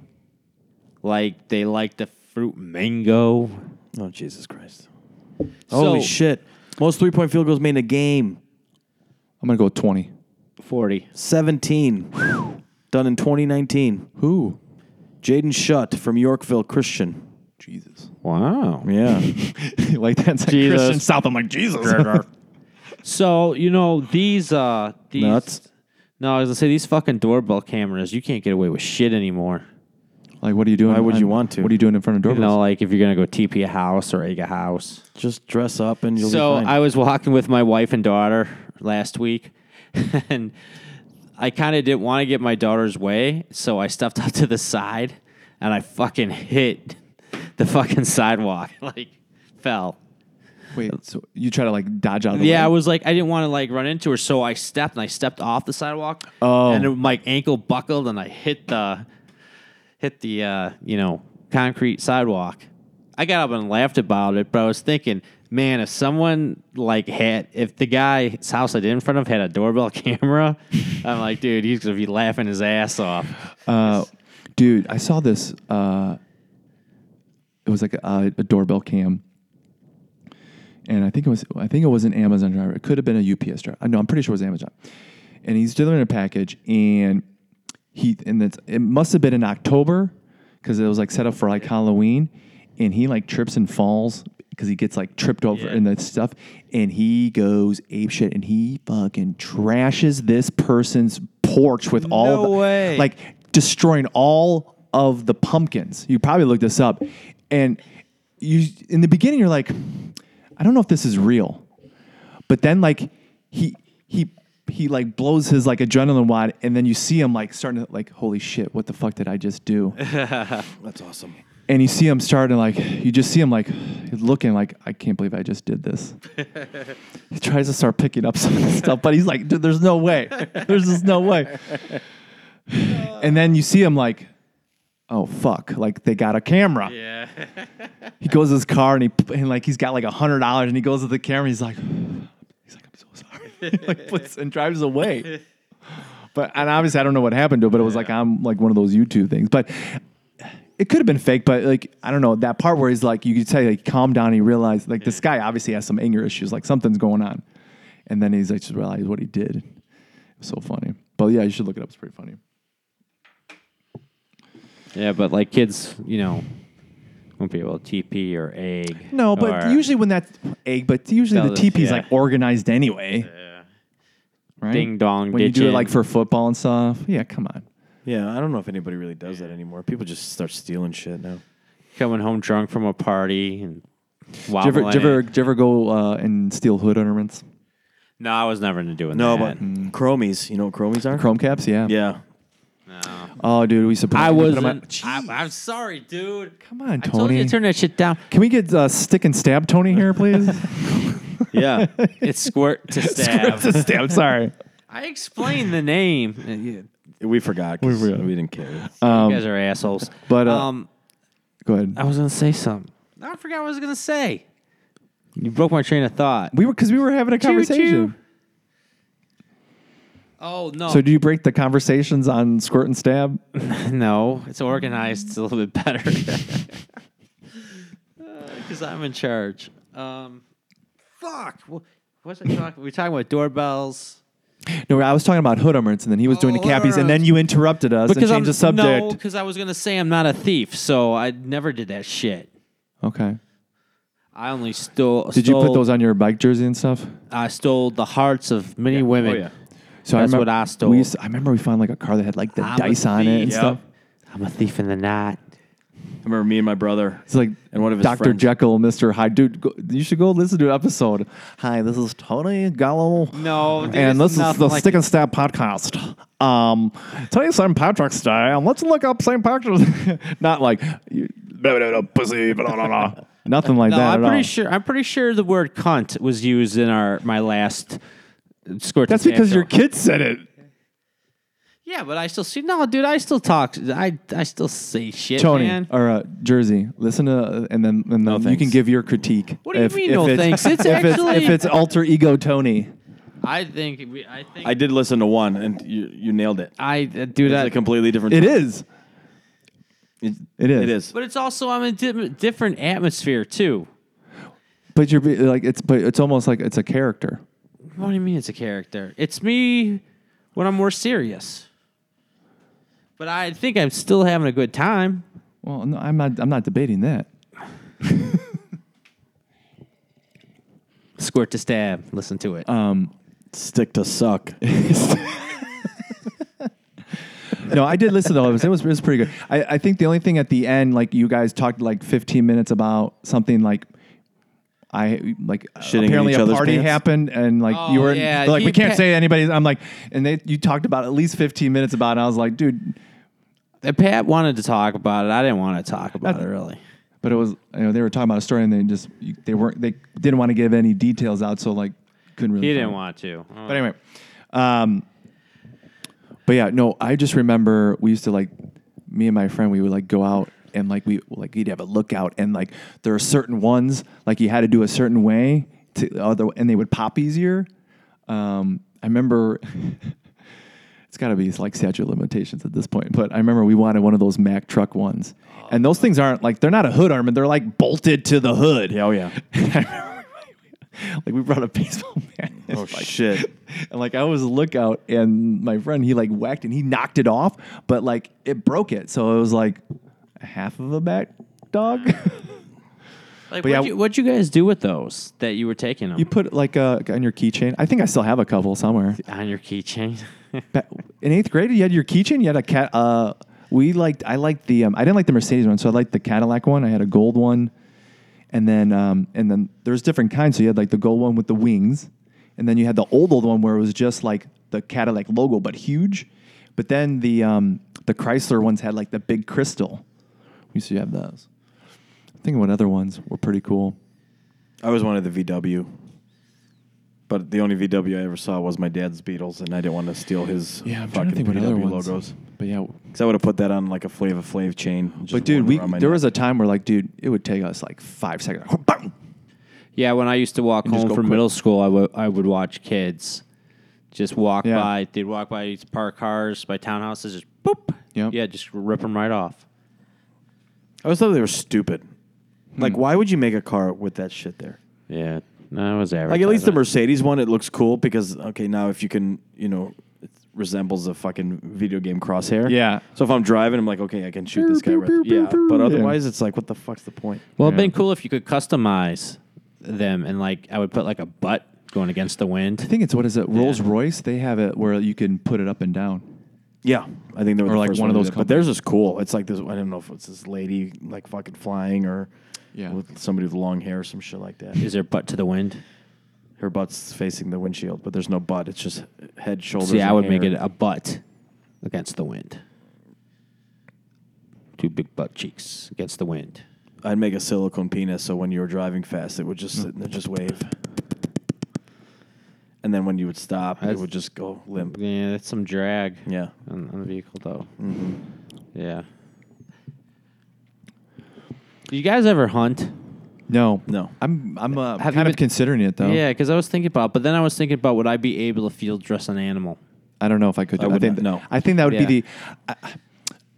C: like, they like the fruit mango?
B: Oh, Jesus Christ. Holy
C: So-
B: shit. Most three point field goals made in a game,
A: I'm gonna go with twenty.
C: 40.
B: 17. Done in 2019.
A: Who?
B: Jaden Shutt from Yorkville Christian.
A: Jesus.
C: Wow.
B: Yeah.
A: like that's like
C: Jesus.
A: Christian South. I'm like Jesus.
C: So, you know, these, uh, these.
B: Nuts.
C: No, I was going to say, these fucking doorbell cameras, you can't get away with shit anymore.
A: like, what are you doing?
B: Why would you
A: on-
B: want to?
A: What are you doing in front of
C: You know,
A: doorbells?
C: like if you're gonna go TP a house or egg a house.
B: Just dress up and you'll
C: so
B: be fine.
C: I was walking with my wife and daughter last week, and I kind of didn't want to get my daughter's way, so I stepped up to the side and I fucking hit the fucking sidewalk, like fell.
A: Wait. So you try to like dodge out of the
C: Yeah, I
A: way?
C: was like, I didn't want to like run into her, so I stepped and I stepped off the sidewalk.
A: Oh.
C: and it- my ankle buckled and I hit the hit the uh, you know concrete sidewalk. I got up and laughed about it, but I was thinking, man, if someone like had if the guy's house I did in front of had a doorbell camera, I'm like, dude, he's gonna be laughing his ass off.
A: Uh, dude, I saw this. Uh, it was like a, a doorbell cam, and I think it was I think it was an Amazon driver. It could have been a UPS driver. I know I'm pretty sure it was Amazon. And he's delivering a package, and he and it's, it must have been in October because it was like set up for like Halloween, and he like trips and falls because he gets like tripped over
C: Yeah.
A: and that stuff, and he goes ape shit and he fucking trashes this person's porch with all
C: No
A: the,
C: way.
A: like destroying all of the pumpkins. You probably looked this up, and you in the beginning you're like, I don't know if this is real, but then like he he he like blows his like adrenaline wad, and then you see him like starting to like, holy shit, what the fuck did I just do?
B: That's awesome.
A: and you see him starting like you just see him like looking like I can't believe I just did this. he tries to start picking up some of the stuff, but he's like, dude, there's no way. There's just no way. and then you see him like, oh fuck, like they got a camera.
C: Yeah.
A: He goes to his car and he and like he's got like a hundred dollars and he goes to the camera. He's like, he's like, I'm so sorry. He, like puts and drives away. But and obviously I don't know what happened to it, but it was like I'm like one of those YouTube things. But it could have been fake, but like I don't know that part where he's like, you could say like calm down. He realized like this guy obviously has some anger issues, like something's going on, and then he's like just realized what he did. It was so funny. But yeah, you should look it up. It's pretty funny.
C: Yeah, but like kids, you know, won't be able to TP or egg.
A: No, but
C: or
A: usually when that's egg, but usually
C: Tell
A: the
C: us,
A: teepee's
C: yeah.
A: like organized anyway. Right?
C: Ding dong
A: When you do it
C: ditching.
A: like for football and stuff. Yeah, come on.
B: Yeah, I don't know if anybody really does that anymore. People just start stealing shit now.
C: coming home drunk from a party and.
A: Do you ever, do you ever, do you ever go uh, and steal hood ornaments?
C: No, I was never into doing
B: No, but
C: that.
B: chromies. You know what chromies are?
A: Chrome caps? Yeah.
B: Yeah.
A: Oh, dude, we used to put
C: I
A: we put
C: was.
A: 'em on-
C: I, I'm sorry, dude.
A: Come on,
C: I told you
A: Tony.
C: to turn that shit down.
A: Can we get uh, stick and stab Tony here, please?
B: Yeah.
C: It's squirt to stab.
A: Script to stab. Sorry.
C: I explained the name. Uh, You
B: we forgot. 'cause
A: We forgot.
B: We didn't care. Oh,
A: Um,
C: guys are assholes.
A: but, uh,
C: um,
A: go ahead.
C: I was gonna say something. I forgot what I was gonna say. You broke my train of thought.
A: We were because we were having a
C: Choo-choo.
A: conversation.
C: Oh no,
A: So do you break the conversations on squirt and stab?
C: no, it's organized. It's a little bit better because I'm in charge. Um, fuck. Wha- What's I talking? We're talking about doorbells.
A: No, I was talking about hood ornaments, and then he was doing the
C: Oh, hood
A: cappies, and
C: ornaments.
A: then you interrupted us and changed
C: I'm
A: the subject.
C: because I was gonna say I'm not a thief, so I never did that shit.
A: Okay.
C: I only stole.
A: Did you put those on your bike jersey and stuff?
C: I stole the hearts of many women.
B: yeah.
A: So
C: That's
A: remem-
C: what I stole.
A: We used to- I remember we found like a car that had like the
C: I'm a
A: dice on it and
C: thief.
A: stuff.
C: I'm a thief in the night.
B: I remember me and my brother.
A: It's like
B: and one of his
A: Dr.
B: friends.
A: Jekyll, Mr. Hyde. Dude, go, you should go listen to an episode. Hi, this is Tony Gallo.
C: No, dude,
A: and
C: it's
A: this is
C: nothing
A: the
C: like-
A: Stick and Stab podcast. Um, today's St. Patrick's Day, and let's look up St. Patrick's. Not like you, blah, blah, blah, pussy, blah, blah, blah. nothing like
C: No,
A: that.
C: I'm
A: at
C: pretty
A: all.
C: sure. I'm pretty sure the word "cunt" was used in our my last squirt.
A: That's
C: and
A: because
C: Stab
A: your
C: show.
A: kid said it.
C: Yeah, but I still see. No, dude, I still talk. I I still say shit,
A: Tony
C: man.
A: or uh, Jersey, listen to, uh, and then and then you
B: thanks.
A: can give your critique.
C: What do you mean, no
A: it's-
C: thanks? It's
A: if it's,
C: actually-
A: if it's alter ego Tony.
C: I think. We, I think.
B: I
C: I,
B: did listen to one, and you, you nailed it.
C: uh, do
B: It's
C: that.
B: a completely different.
A: It is.
B: It,
A: It is.
B: it is.
C: but it's also I'm in di- different atmosphere too.
A: But you're be- like it's but it's almost like it's a character.
C: What do you mean it's a character? It's me when I'm more serious. But I think I'm still having a good time.
A: Well, no, I'm not. I'm not debating that.
C: Squirt to stab. Listen to it.
A: Uh,
B: Stick to suck.
A: No, I did listen to all of it. It was, it was pretty good. I, I think the only thing at the end, like you guys talked like 15 minutes about something like. I like
B: Shitting in
A: apparently
B: each
A: a
B: other's
A: party
B: pants?
A: happened and like
C: Oh,
A: you were
C: yeah,
A: they're like we
C: he
A: can't
C: pa-
A: say anybody's I'm like and they you talked about at least 15 minutes about it. I was like dude
C: And Pat wanted to talk about it. I didn't want to talk about it really.
A: but it was you know they were talking about a story and they just they weren't they didn't want to give any details out so like couldn't really
C: He
A: find-
C: didn't want to.
A: But anyway, um, but yeah, no, I just remember we used to like me and my friend. We would like go out and like we like we'd have a lookout and like there are certain ones like you had to do a certain way to other and they would pop easier. Um, I remember. It's got to be like statute of limitations at this point, but I remember we wanted one of those Mack truck ones, and those things aren't like they're not a hood armor; they're like bolted to the hood.
B: Yeah, oh yeah.
A: Like we brought a baseball bat.
B: Oh shit.
A: And like I was a lookout, and my friend he like whacked and he knocked it off, but like it broke it, so it was like half of a back dog.
C: Like,
A: But
C: what'd,
A: yeah.
C: you, what'd you guys do with those that you were taking them
A: you put like a on your keychain. I think I still have a couple somewhere.
C: on your keychain?
A: Ba- In eighth grade, you had your keychain. You had a cat. Uh, we liked. I liked the. Um, I didn't like the Mercedes one, so I liked the Cadillac one. I had a gold one, and then um, and then there's different kinds. So you had like the gold one with the wings, and then you had the old old one where it was just like the Cadillac logo but huge. But then the um, the Chrysler ones had like the big crystal. We used to have those. I think what other ones were pretty cool.
B: I always wanted the VW, but the only VW I ever saw was my dad's Beatles, and I didn't want to steal his fucking VW logos.
A: But yeah,
B: Because I would have put that on like a Flava Flav chain. and just
A: but dude,
B: worn it
A: we
B: around my
A: there
B: neck.
A: was a time where like, dude, it would take us like five seconds.
C: yeah, when I used to walk
A: just
C: home
A: go
C: from
A: quick.
C: middle school, I would I would watch kids just walk
A: Yeah.
C: by. They'd walk by these parked cars, by townhouses, just boop.
A: Yep.
C: Yeah, just rip them right off.
B: I always thought they were stupid.
A: Hmm.
B: Like, why would you make a car with that shit there?
C: Yeah, no, it was average.
B: Like, at least the Mercedes one, it looks cool because okay, now if you can, you know, it resembles a fucking video game crosshair.
A: Yeah.
B: So if I'm driving, I'm like, okay, I can shoot this guy.
A: Pew,
B: Right
A: pew, pew,
B: yeah.
A: pew,
B: But
A: yeah.
B: otherwise, it's like, what the fuck's the point?
C: Well, it'd
A: Yeah.
C: been cool if you could customize them and like I would put like a butt going against the wind.
A: I think it's what is it? Rolls Royce. They have it where you can put it up and down.
B: Yeah, I think they were
A: Or
B: the
A: like
B: first
A: one of
B: to do
A: those
B: that. But theirs is cool. It's like this. I don't know if it's this lady like fucking flying or
A: Yeah.
B: with somebody with long hair or some shit like that.
C: Is there butt to the wind?
B: Her butt's facing the windshield, but there's no butt. It's just head, shoulders.
C: See, I
B: and
C: would make
B: hair.
C: it a butt against the wind. Two big butt cheeks against the wind.
B: I'd make a silicone penis, so when you were driving fast, it would just sit and it just wave. And then when you would stop, it
C: That's-
B: would just go limp.
C: Yeah, that's some drag.
B: Yeah. Mm-hmm.
C: on, on the vehicle though. Yeah. Do you guys ever hunt?
A: No,
B: No.
A: I'm I'm uh,
C: Have you
A: kind of
C: been-
A: considering it though.
C: Yeah, because I was thinking about, but then I was thinking about would I be able to field dress an animal?
A: I don't know if I could.
B: I
A: Do it. I
B: would
A: think
B: not- no.
A: I think that would
C: Yeah.
A: be the. I,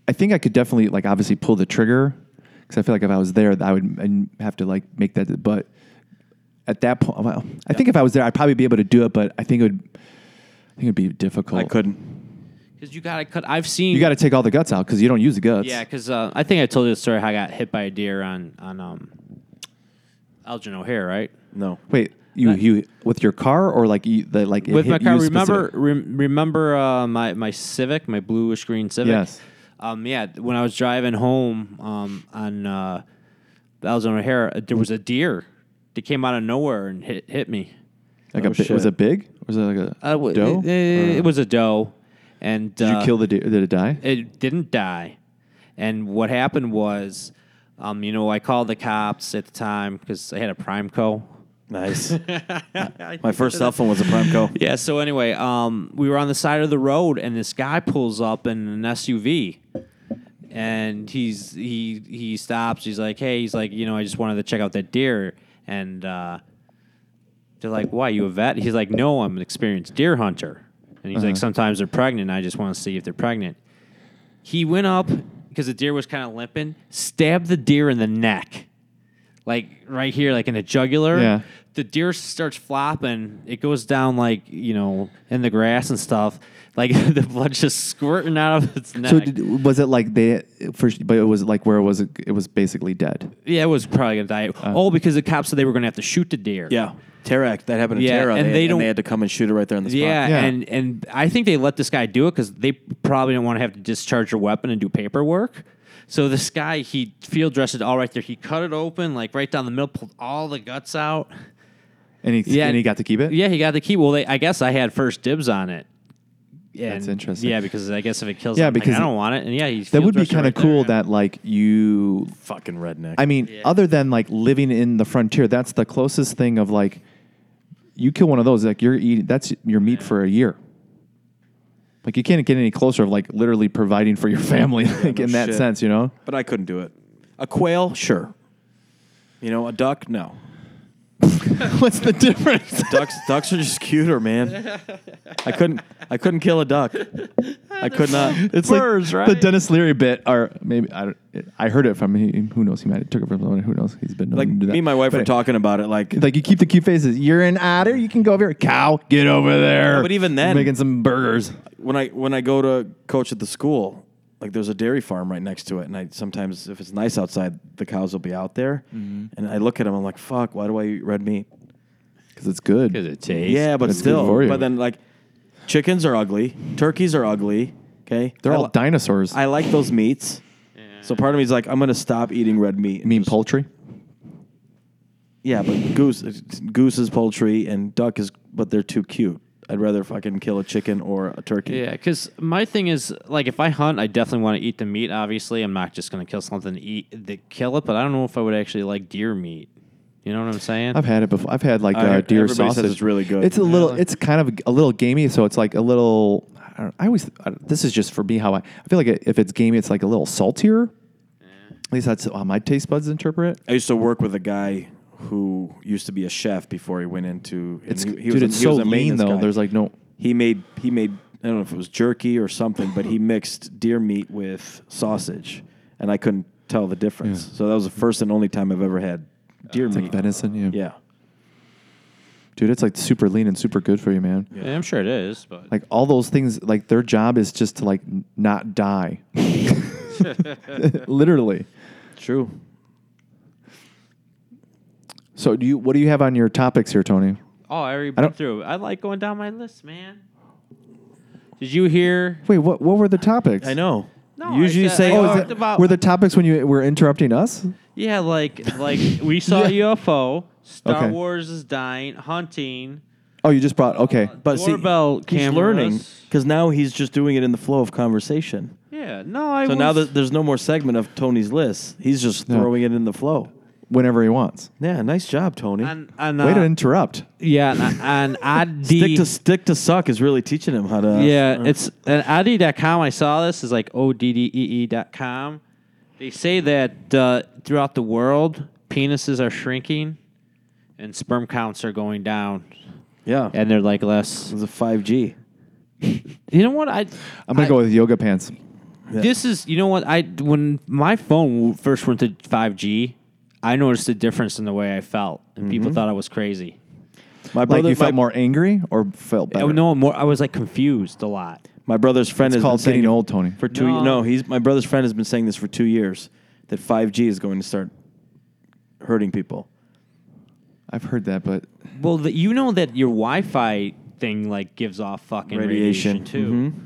A: I think I could definitely like obviously pull the trigger because I feel like if I was there, I would I'd have to like make that. But at that point, well, I think if I was there, I'd probably be able to do it. But I think it would. I think it'd be difficult.
B: I couldn't.
C: Because you gotta cut. I've seen
A: You got to take all the guts out because you don't use the guts.
C: Yeah, because uh, I think I told you the story how I got hit by a deer on on um, Elgin O'Hare, right?
B: No.
A: Wait, you
C: Not-
A: you with your car or like you the, like it
C: With my
A: hit
C: car,
A: you
C: remember
A: specific-
C: rem- remember uh, my my Civic, my bluish green Civic.
A: Yes.
C: Um. Yeah. When I was driving home um, on uh, Elgin O'Hare, uh, there was a deer that came out of nowhere and hit hit me.
A: Like
B: Oh,
A: a, bi- was
B: shit.
A: it big? Was it like a
C: Uh, w-
A: doe?
C: It, it-
A: Or-
C: it was a doe, and
A: Did
C: uh,
A: you kill the deer? Did it die?
C: It didn't die. And what happened was, um, you know, I called the cops at the time because I had a Primeco.
B: Nice. My first cell phone was a Primeco.
C: Yeah. So anyway, um, we were on the side of the road, and this guy pulls up in an SUV, and he's he he stops. He's like, "Hey," he's like, "You know, I just wanted to check out that deer." And uh, they're like, "Why you a vet?" He's like, "No, I'm an experienced deer hunter." And he's like, "Sometimes they're pregnant. I just want to see if they're pregnant." He went up because the deer was kind of limping, stabbed the deer in the neck, like right here, like in the jugular.
A: Yeah.
C: The deer starts flopping. It goes down like you know in the grass and stuff. Like the blood just squirting out of its neck.
A: So did, was it like they first? But it was like where was it? It was basically dead.
C: yeah, it was probably gonna die.
A: Uh.
C: oh, because the cops said they were gonna have to shoot the deer.
B: Yeah. Terrac. That happened in
C: Yeah,
B: Terra.
C: and
B: they,
C: they
B: and
C: don't-
B: they had to come and shoot it right there on the spot.
C: Yeah,
A: Yeah.
C: and and I think they let this guy do it because they probably didn't want to have to discharge your weapon and do paperwork. So this guy, he field dressed it all right there. He cut it open like right down the middle, pulled all the guts out.
A: And he
C: Yeah.
A: and he got to keep it.
C: Yeah, he got the key. Well, they, I guess I had first dibs on it. Yeah,
A: That's interesting.
C: Yeah, because I guess if it kills,
A: Yeah,
C: yeah, because
A: because
C: I don't want it. And yeah, he
A: That
C: field
A: would be
C: dressed it
A: kind of
C: right there.
A: cool. That like you.
B: Fucking redneck.
A: I mean,
C: Yeah.
A: other than like living in the frontier, that's the closest thing of like. You kill one of those, like you're eating. That's your meat for a year. Like you can't get any closer of like literally providing for your family, like
B: no
A: in that
B: shit.
A: sense, you know.
B: but I couldn't do it. A quail, sure. You know, a duck, no.
A: What's the difference?
B: Ducks, ducks are just cuter, man. I couldn't, I couldn't kill a duck. I could not.
A: It's
C: Furs,
A: like
C: right?
A: the Dennis Leary bit, or maybe I, don't, I heard it from he, who knows he might have took it from someone who knows he's been known
B: Like
A: to do that.
B: me and my wife
A: But
B: were talking about it. Like,
A: Like you keep the cute faces. You're an otter. You can go over here. Cow, get over there.
B: but even then-
A: making some burgers.
B: when I when I go to coach at the school, like there's a dairy farm right next to it, and I sometimes if it's nice outside, the cows will be out there, and I look at them, I'm like, fuck, why do I eat red meat?
A: Because it's good.
C: Because it tastes.
B: Yeah, but
A: That's good
B: still,
A: for you.
B: but then like, chickens are ugly, turkeys are ugly. Okay,
A: They're
B: I
A: all
B: li-
A: dinosaurs.
B: I
A: I
B: like those meats. So part of me is like, I'm gonna stop eating red meat. and
A: mean
B: just-
A: poultry.
B: Yeah, but goose, goose is poultry, and duck is, but they're too cute. I'd rather fucking kill a chicken or a turkey.
C: Yeah, because my thing is like if I hunt, I definitely want to eat the meat. Obviously, I'm not just gonna kill something to eat to kill it. But I don't know if I would actually like deer meat. You know what I'm saying?
A: I've had it before. I've had like
B: I-
A: uh, deer
B: Oh, everybody says
A: sausage.
B: it's really good.
A: It's a little. It's kind of a little gamey. So it's like a little. I, don't, I always. I, don't- this is just for me how I. I feel like if it's gamey, it's like a little saltier. At least that's how my taste buds interpret it.
B: I used to work with a guy who used to be a chef before he went into. and
A: It's
B: he, he
A: dude.
B: was a-
A: it's
B: he
A: so
B: was a
A: lean
B: maintenance
A: though.
B: guy.
A: There's like no.
B: he made he made I don't know if it was jerky or something, but he mixed deer meat with sausage, and I couldn't tell the difference. So that was the first and only time I've ever had deer
A: It's like
B: meat.
A: venison. Yeah.
B: yeah,
A: Dude, it's like super lean and super good for you, man.
C: Yeah, I'm sure it is, but
A: like all those things like their job is just to like n- not die literally
B: true.
A: so do you what do you have on your topics here tony
C: oh, I already
A: I
C: been
A: don't-
C: through. it. I like going down my list, man. Did you hear?
A: wait what what were the topics
B: I know.
C: No,
B: You Usually
C: I
B: you
C: said-
B: say,
C: I
A: oh
B: oh,
A: is
C: talked
A: that,
C: about-
A: were the topics when you were interrupting us
C: Yeah, like like we saw a UFO. Star
A: Okay.
C: Wars is dying. Hunting.
A: oh you just brought okay
B: but
C: doorbell
B: see, he's
C: cameras.
B: learning because now he's just doing it in the flow of conversation.
C: Yeah. No, I.
B: So
C: was,
B: now that there's no more segment of Tony's list, he's just
A: No.
B: throwing it in the flow.
A: whenever he wants
B: Yeah, nice job, Tony.
C: on, on,
A: way
C: uh,
A: to interrupt
C: yeah, and, and odd
B: stick to stick to suck is really teaching him how to.
C: Yeah, it's and ID.com. I saw this is like E ODDEE.com. They say that uh, throughout the world, penises are shrinking and sperm counts are going down,
B: yeah.
C: and they're like less.
B: It's a five G.
C: You know what? I
A: I'm gonna
C: I-
A: go with yoga pants.
C: This is you know what I when my phone first went to 5G, I noticed a difference in the way I felt, and
A: Mm-hmm.
C: people thought I was crazy.
B: My
A: Like
B: brother,
A: you felt
B: my,
A: more angry or felt better?
C: Oh no, more I was like confused a lot.
B: my brother's friend
A: it's
B: has been
A: called
B: saying
A: getting
B: it
A: old, Tony.
B: for two.
C: No.
B: No. no, he's my brother's friend has been saying this for two years that 5G is going to start hurting people.
A: I've heard that, but
C: Well, the, you know that your Wi-Fi thing like gives off fucking radiation,
B: Radiation.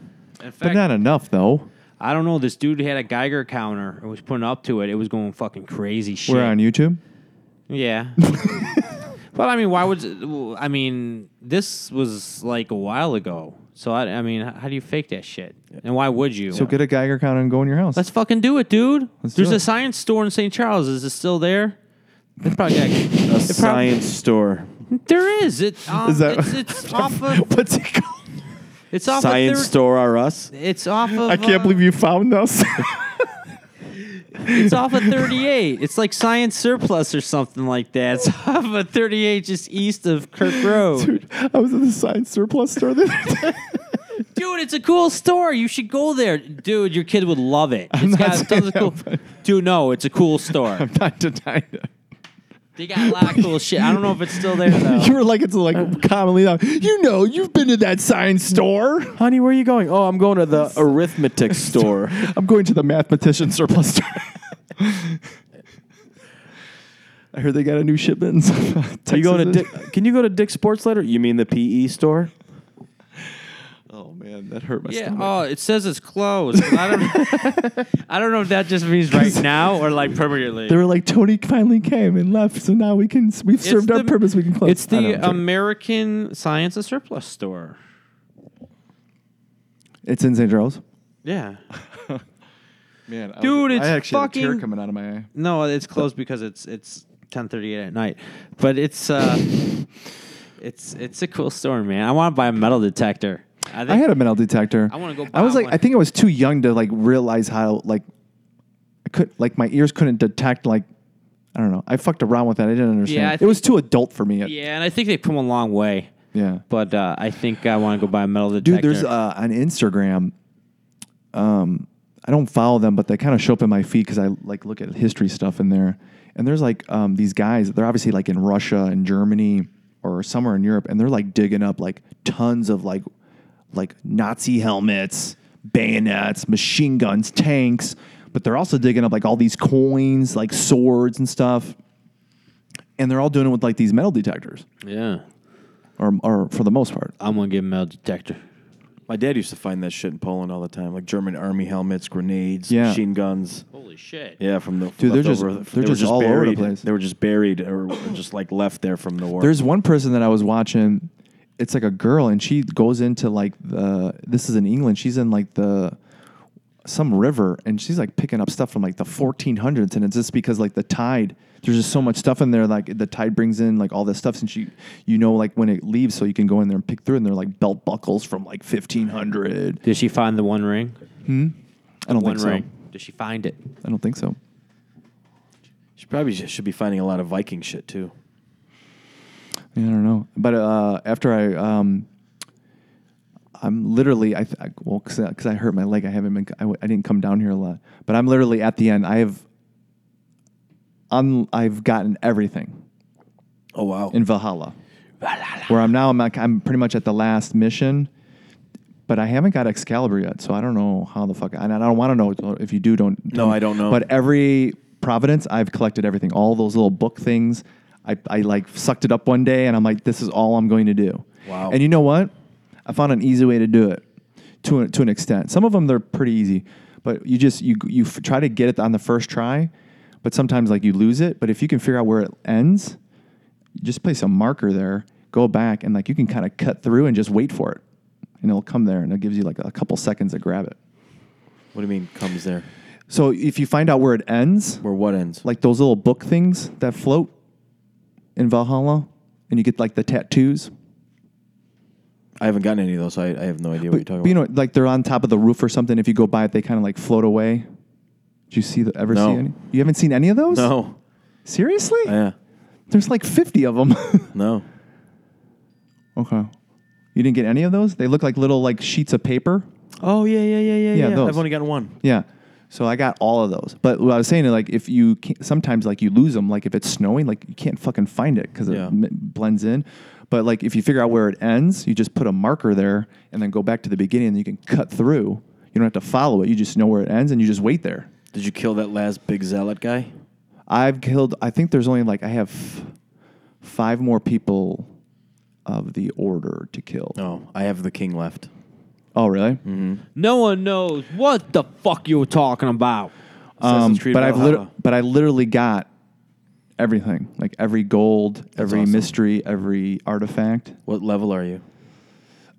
C: too. In fact,
A: Mm-hmm. but not enough though.
C: I don't know. This dude had a Geiger counter and was putting up to it. It was going fucking crazy shit.
A: We're on YouTube.
C: Yeah. but I mean, why would I mean this was like a while ago. So I, I mean, how do you fake that shit? And why would you?
A: So get a Geiger counter and go in your house.
C: Let's fucking do it, dude.
A: Let's
C: There's
A: do
C: a
A: it.
C: science store in St. Charles. Is it still there? It's probably Oh, got,
B: A science store.
C: there is. It, um,
A: Is that-
C: it's, it's off of
A: What's it called?
C: it's off
B: Science
C: of thir-
B: store are us.
C: It's off of
A: I can't
C: uh,
A: believe you found us.
C: It's off of 38. It's like Science Surplus or something like that. It's off of 38 just east of Kirk Road. Dude,
A: Dude, I was at the science surplus store the other day.
C: it's a cool store. You should go there. Dude, your kid would love it. It's
A: not
C: got
A: saying
C: tons of
A: that,
C: cool.
A: but-
C: Dude, no, it's a cool store.
A: I'm not denying it.
C: They got a lot of cool shit. I don't know if it's still there
A: You
C: though.
A: were like, it's like commonly known. You know, you've been to that science store.
B: Honey, where are you going? Oh, I'm going to the arithmetic store.
A: I'm going to the mathematician surplus store. I heard they got a new shipment.
B: Are you going to Dick, Can you go to Dick Sports later? You mean the PE store?
A: Oh man, that hurt my
C: Yeah.
A: stomach.
C: Oh, it says it's closed. but I don't. I don't know if that just means right now or like permanently.
A: They were like, Tony finally came and left, so now we can we've
C: It's
A: served our
C: the-
A: purpose. We can close.
C: It's
A: I
C: the um,
A: know, I'm joking.
C: American Science and Surplus store.
A: it's in St. Charles.
C: Yeah.
A: Man,
C: Dude, it's fucking-
A: coming out of my eye.
C: No, it's closed because it's it's ten thirty eight at night. But it's uh, it's it's a cool store, man. I want to buy a metal detector. I, think
A: I had a metal detector.
C: I wanna go
A: I was
C: buy
A: like,
C: one.
A: I think I was too young to like realize how like I could like my ears couldn't detect like I don't know. I fucked around with that. I didn't understand.
C: Yeah, I
A: it was too adult for me.
C: yeah, and I think they've come a long way.
A: Yeah.
C: But uh, I think I want to go buy a metal detector.
A: Dude, there's uh, on Instagram. Um, I don't follow them, but they kind of show up in my feed because I like look at history stuff in there. And there's like um, these guys. They're obviously like in Russia and Germany or somewhere in Europe, and they're like digging up like tons of like like Nazi helmets, bayonets, machine guns, tanks. But they're also digging up like all these coins, like swords and stuff. And they're all doing it with like these metal detectors,
C: yeah,
A: or or for the most part.
C: I'm gonna get a metal detector.
B: My dad used to find that shit in Poland all the time, like German army helmets, grenades,
A: Yeah.
B: machine guns.
C: Holy shit!
B: Yeah, from the
A: Dude, they're just-
B: leftover-
A: they're
B: were
A: just all over the
B: buried.
A: place.
B: They were just buried or or just like left there from the war.
A: There's one person that I was watching. It's like a girl, and she goes into like the. This is in England. She's in like the some river, and she's like picking up stuff from like the 1400s, and it's just because like the tide. There's just so much stuff in there. Like the tide brings in like all this stuff, since you you know like when it leaves, so you can go in there and pick through. And they're like belt buckles from like 1500.
C: Did she find the One Ring?
A: I don't
C: One
A: think so.
C: Ring. Did she find it?
A: I don't think so.
B: she probably sh- should be finding a lot of Viking shit too.
A: Yeah, I don't know. But uh, after I, um, I'm literally I th- I- well because I hurt my leg. I haven't been. I, w- I didn't come down here a lot. But I'm literally at the end. I have. Un- I've gotten everything
B: Oh wow!
A: in Valhalla, where I'm now. I'm like, I'm pretty much at the last mission, but I haven't got Excalibur yet. So I don't know how the fuck. And I don't want to know if you do. Don't.
B: No, I don't know.
A: But every Providence, I've collected everything. All those little book things. I, I like sucked it up one day, and I'm like, this is all I'm going to do.
B: Wow.
A: And you know what? I found an easy way to do it, to an, to an extent. Some of them they're pretty easy, but you just you you f- try to get it on the first try, but sometimes like you lose it. But if you can figure out where it ends, you just place a marker there, go back, and like you can kind of cut through and just wait for it, and it'll come there, and it gives you like a couple seconds to grab it.
B: what do you mean comes there?
A: So if you find out where it ends,
B: Where what ends?
A: like those little book things that float in Valhalla, and you get like the tattoos.
B: I haven't gotten any of those, so I, I have no idea what you're
A: But,
B: talking
A: but you
B: about.
A: know, like they're on top of the roof or something. If you go by it, they kind of like float away. Did you see the, ever
B: No.
A: see any? You haven't seen any of those?
B: no,
A: Seriously?
B: yeah,
A: There's like 50 of them.
B: no.
A: okay. You didn't get any of those? They look like little like sheets of paper.
B: Oh yeah, yeah, yeah, yeah,
A: Yeah,
B: yeah.
A: those.
B: I've only gotten one.
A: Yeah. So I got all of those. But what I was saying is like if you can sometimes like you lose them like if it's snowing like you can't fucking find it cuz
B: Yeah.
A: it m- blends in. But like if you figure out where it ends, you just put a marker there and then go back to the beginning and you can cut through. You don't have to follow it. You just know where it ends and you just wait there.
B: Did you kill that last big zealot guy?
A: I've killed. I think there's only like I have f- five more people of the order to kill.
B: No, I have the king left.
A: Oh, really?
C: No one knows what the fuck you're talking about.
A: Um,
B: Assassin's Creed
A: but I've
B: Valhalla.
A: lit- but I literally got everything, like every gold, every
B: awesome.
A: mystery, every artifact.
B: What level are you?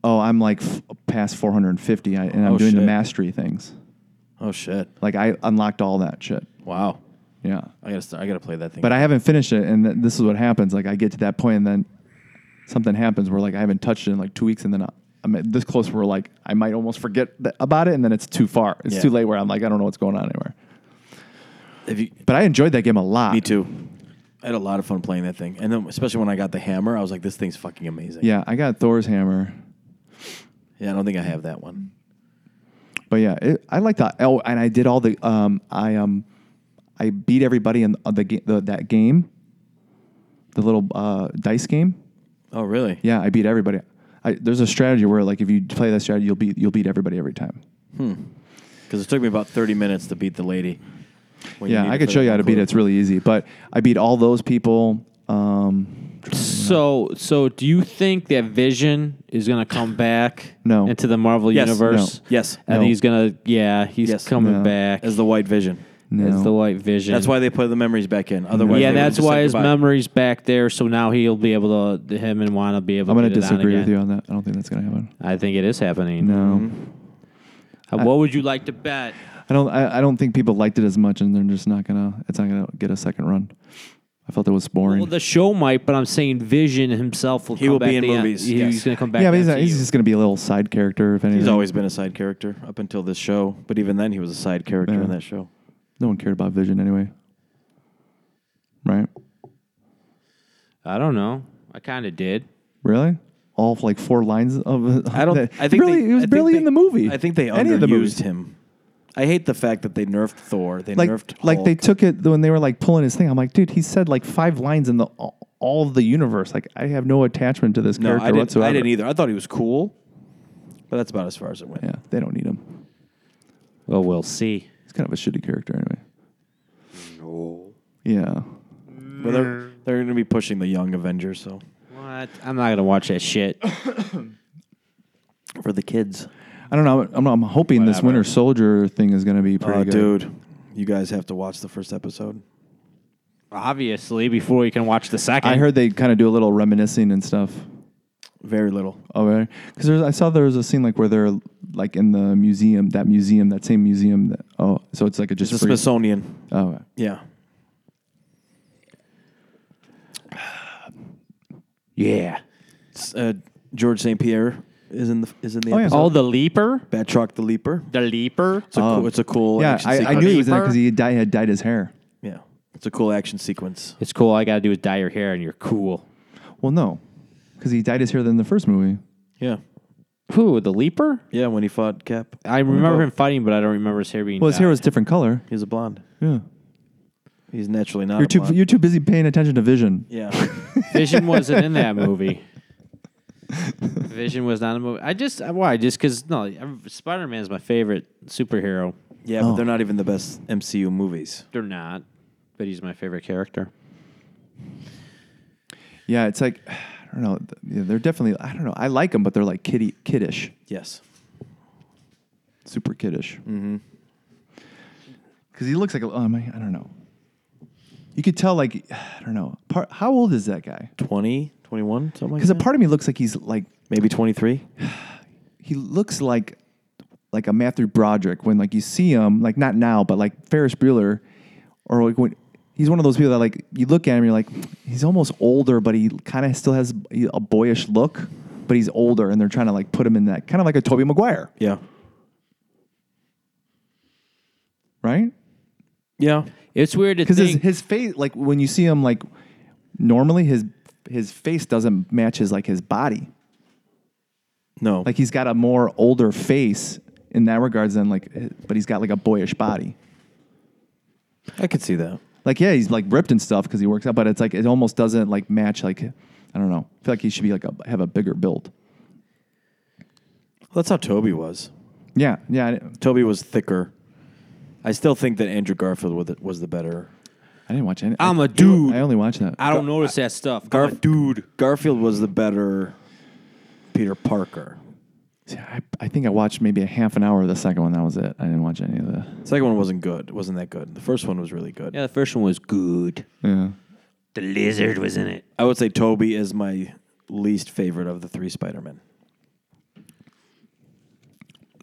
A: Oh, I'm like f- past 450, I, and I'm
B: Oh,
A: doing the
B: shit.
A: mastery things.
B: Oh shit!
A: Like I unlocked all that shit.
B: Wow,
A: Yeah,
B: I gotta start, I gotta play that thing.
A: but I haven't finished it, and th- this is what happens. Like I get to that point, and then something happens where like I haven't touched it in like two weeks, and then I- I'm at this close where like I might almost forget th- about it, and then it's too far. It's
B: Yeah.
A: too late where I'm like I don't know what's going on anywhere.
B: Have you,
A: But I enjoyed that game a lot.
B: me too. I had a lot of fun playing that thing, and then especially when I got the hammer, I was like, "This thing's fucking amazing."
A: Yeah, I got Thor's hammer,
B: yeah. I don't think I have that one.
A: but yeah, it, I like that. Oh, and I did all the um I um I beat everybody in uh, the, the, the that game, the little uh, dice game.
B: Oh really?
A: Yeah, I beat everybody. I, there's a strategy where like if you play that strategy, you'll beat you'll beat everybody every time.
B: Because it took me about thirty minutes to beat the lady. when
A: yeah,
B: need
A: I
B: it
A: could
B: for
A: show
B: the
A: you how to beat it.
B: conclude.
A: It's really easy. But I beat all those people. Um,
C: So, so do you think that Vision is gonna come back?
A: No.
C: into the Marvel
B: Yes.
C: universe.
A: No.
B: Yes.
C: and
A: No.
C: he's gonna. Yeah, he's
B: Yes.
C: coming
A: No.
C: back
B: as the White Vision.
A: no.
C: as the White Vision.
B: That's why they put the memories back in. Otherwise,
C: yeah,
B: they would've
C: that's
B: just
C: why
B: said
C: his
B: goodbye.
C: memory's back there. So now he'll be able to him and Juan will be able.
A: I'm
C: to
A: going to
C: get it on
A: disagree with
C: again.
A: you on that. I don't think that's going to happen.
C: I think it is happening.
A: No,
C: Uh, What would you like to bet?
A: I don't. I, I don't think people liked it as much, and they're just not going to. It's not going to get a second run. I felt it was boring.
C: Well, the show might, but I'm saying Vision himself will.
B: He
C: come
B: will be
C: back
B: in
C: to the-
B: movies,
C: he-
B: yes.
C: He's gonna come back.
A: yeah, but he's,
C: after
A: not, he's
C: you.
A: just going to be a little side character. If anything,
B: He's always been a side character up until this show, but even then he was a side character
A: Yeah.
B: in that show.
A: no one cared about Vision anyway, right?
C: I don't know. I kind of did.
A: Really? All of, like four lines of.
B: I don't.
A: that-
B: I think
A: really
B: they-
A: he was
B: I think
A: barely
B: they-
A: in the movie.
B: I think they
A: Any of the movies.
B: underused him. I hate the fact that they nerfed Thor. They
A: like
B: nerfed
A: like they
B: Hulk.
A: took it when they were like pulling his thing. I'm like, dude, he said like five lines in the all, all of the universe. Like, I have no attachment to this
B: no,
A: character
B: I didn't.
A: whatsoever.
B: I didn't either. I thought he was cool, but that's about as far as it went.
A: Yeah, they don't need him.
C: Well, we'll see.
A: He's kind of a shitty character anyway. Yeah,
B: But they're they're going to be pushing the young Avengers, so
C: What? I'm not gonna watch that shit.
B: for the kids.
A: I don't know. I'm, I'm hoping this
C: Whatever.
A: Winter Soldier thing is going to be pretty
B: Oh,
A: good.
B: dude, you guys have to watch the first episode.
C: Obviously, before you can watch the second.
A: I heard they kind of do a little reminiscing and stuff.
B: Very little.
A: Oh, because I saw there was a scene like where they're like in the museum, that museum, that same museum. That, oh, so it's like a just
B: It's the
A: free-
B: Smithsonian.
A: Oh, okay.
B: Yeah.
C: Yeah.
B: It's, uh, George St. Pierre is in the is in the
A: Oh, yeah.
B: episode.
C: Oh, the leaper.
B: Batroc the Leaper.
C: The leaper.
B: It's a, cool, it's a cool
A: Oh. yeah.
B: action
A: I, I
B: sequence.
A: knew he was in it because
C: Deeper?
A: he dyed, had dyed his hair.
B: Yeah. It's a cool action sequence.
C: It's cool. All I gotta do is dye your hair, and you're cool.
A: Well, no, because he dyed his hair in the first movie.
B: Yeah.
C: Who? The leaper?
B: Yeah, when he fought Cap.
C: I remember him fighting, but I don't remember his hair being.
A: Well, his hair
C: dyed.
A: was different color.
B: He's a blonde.
A: Yeah,
B: He's naturally not.
A: you're
B: a
A: too
B: blonde.
A: you're too busy paying attention to Vision.
B: yeah.
C: Vision wasn't in that movie. Vision was not in the movie. I just uh, why? Just because no, Spider Man is my favorite superhero.
B: yeah,
A: Oh.
B: but they're not even the best MCU movies.
C: They're not, but he's my favorite character.
A: Yeah, it's like I don't know. Yeah, they're definitely I don't know. I like them, but they're like kiddie, kiddish,
B: Yes.
A: super kiddish. Mm-hmm. Because he looks like a, oh, am I, I don't know. You could tell like I don't know. Part, how old is that guy?
B: 20, 21, something like
A: Because a
B: that.
A: part of me looks like he's like
B: Maybe 23.
A: he looks like like a Matthew Broderick when like you see him like not now but like Ferris Bueller or like when he's one of those people that like you look at him you're like he's almost older but he kind of still has a boyish look but he's older and they're trying to like put him in that kind of like a Toby Maguire
B: Yeah.
A: right
B: Yeah.
C: It's weird to
A: because his,
C: think.
A: his face like when you see him like normally his his face doesn't match his like his body
B: No.
A: Like he's got a more older face in that regards than like, eh, but he's got like a boyish body.
B: I could see that.
A: Like yeah, he's like ripped and stuff because he works out, but it's like it almost doesn't like match like I don't know. I feel like he should be like a, have a bigger build.
B: That's how Toby was.
A: Yeah, yeah. I, I
B: Toby was thicker. I still think that Andrew Garfield was the, was the better.
A: didn't watch any.
C: I'm
A: I-
C: a dude.
A: I only watched that.
C: I don't notice that stuff.
B: Garf-
C: I'm a dude.
B: Garfield was the better Peter Parker.
A: See, I, I think I watched maybe a half an hour of the second one. That was it. I didn't watch any of the.
B: The second one wasn't good. It wasn't that good. The first one was really good.
C: Yeah, the first one was good.
A: Yeah.
C: The lizard was in it.
B: I would say Toby is my least favorite of the three Spider-Men.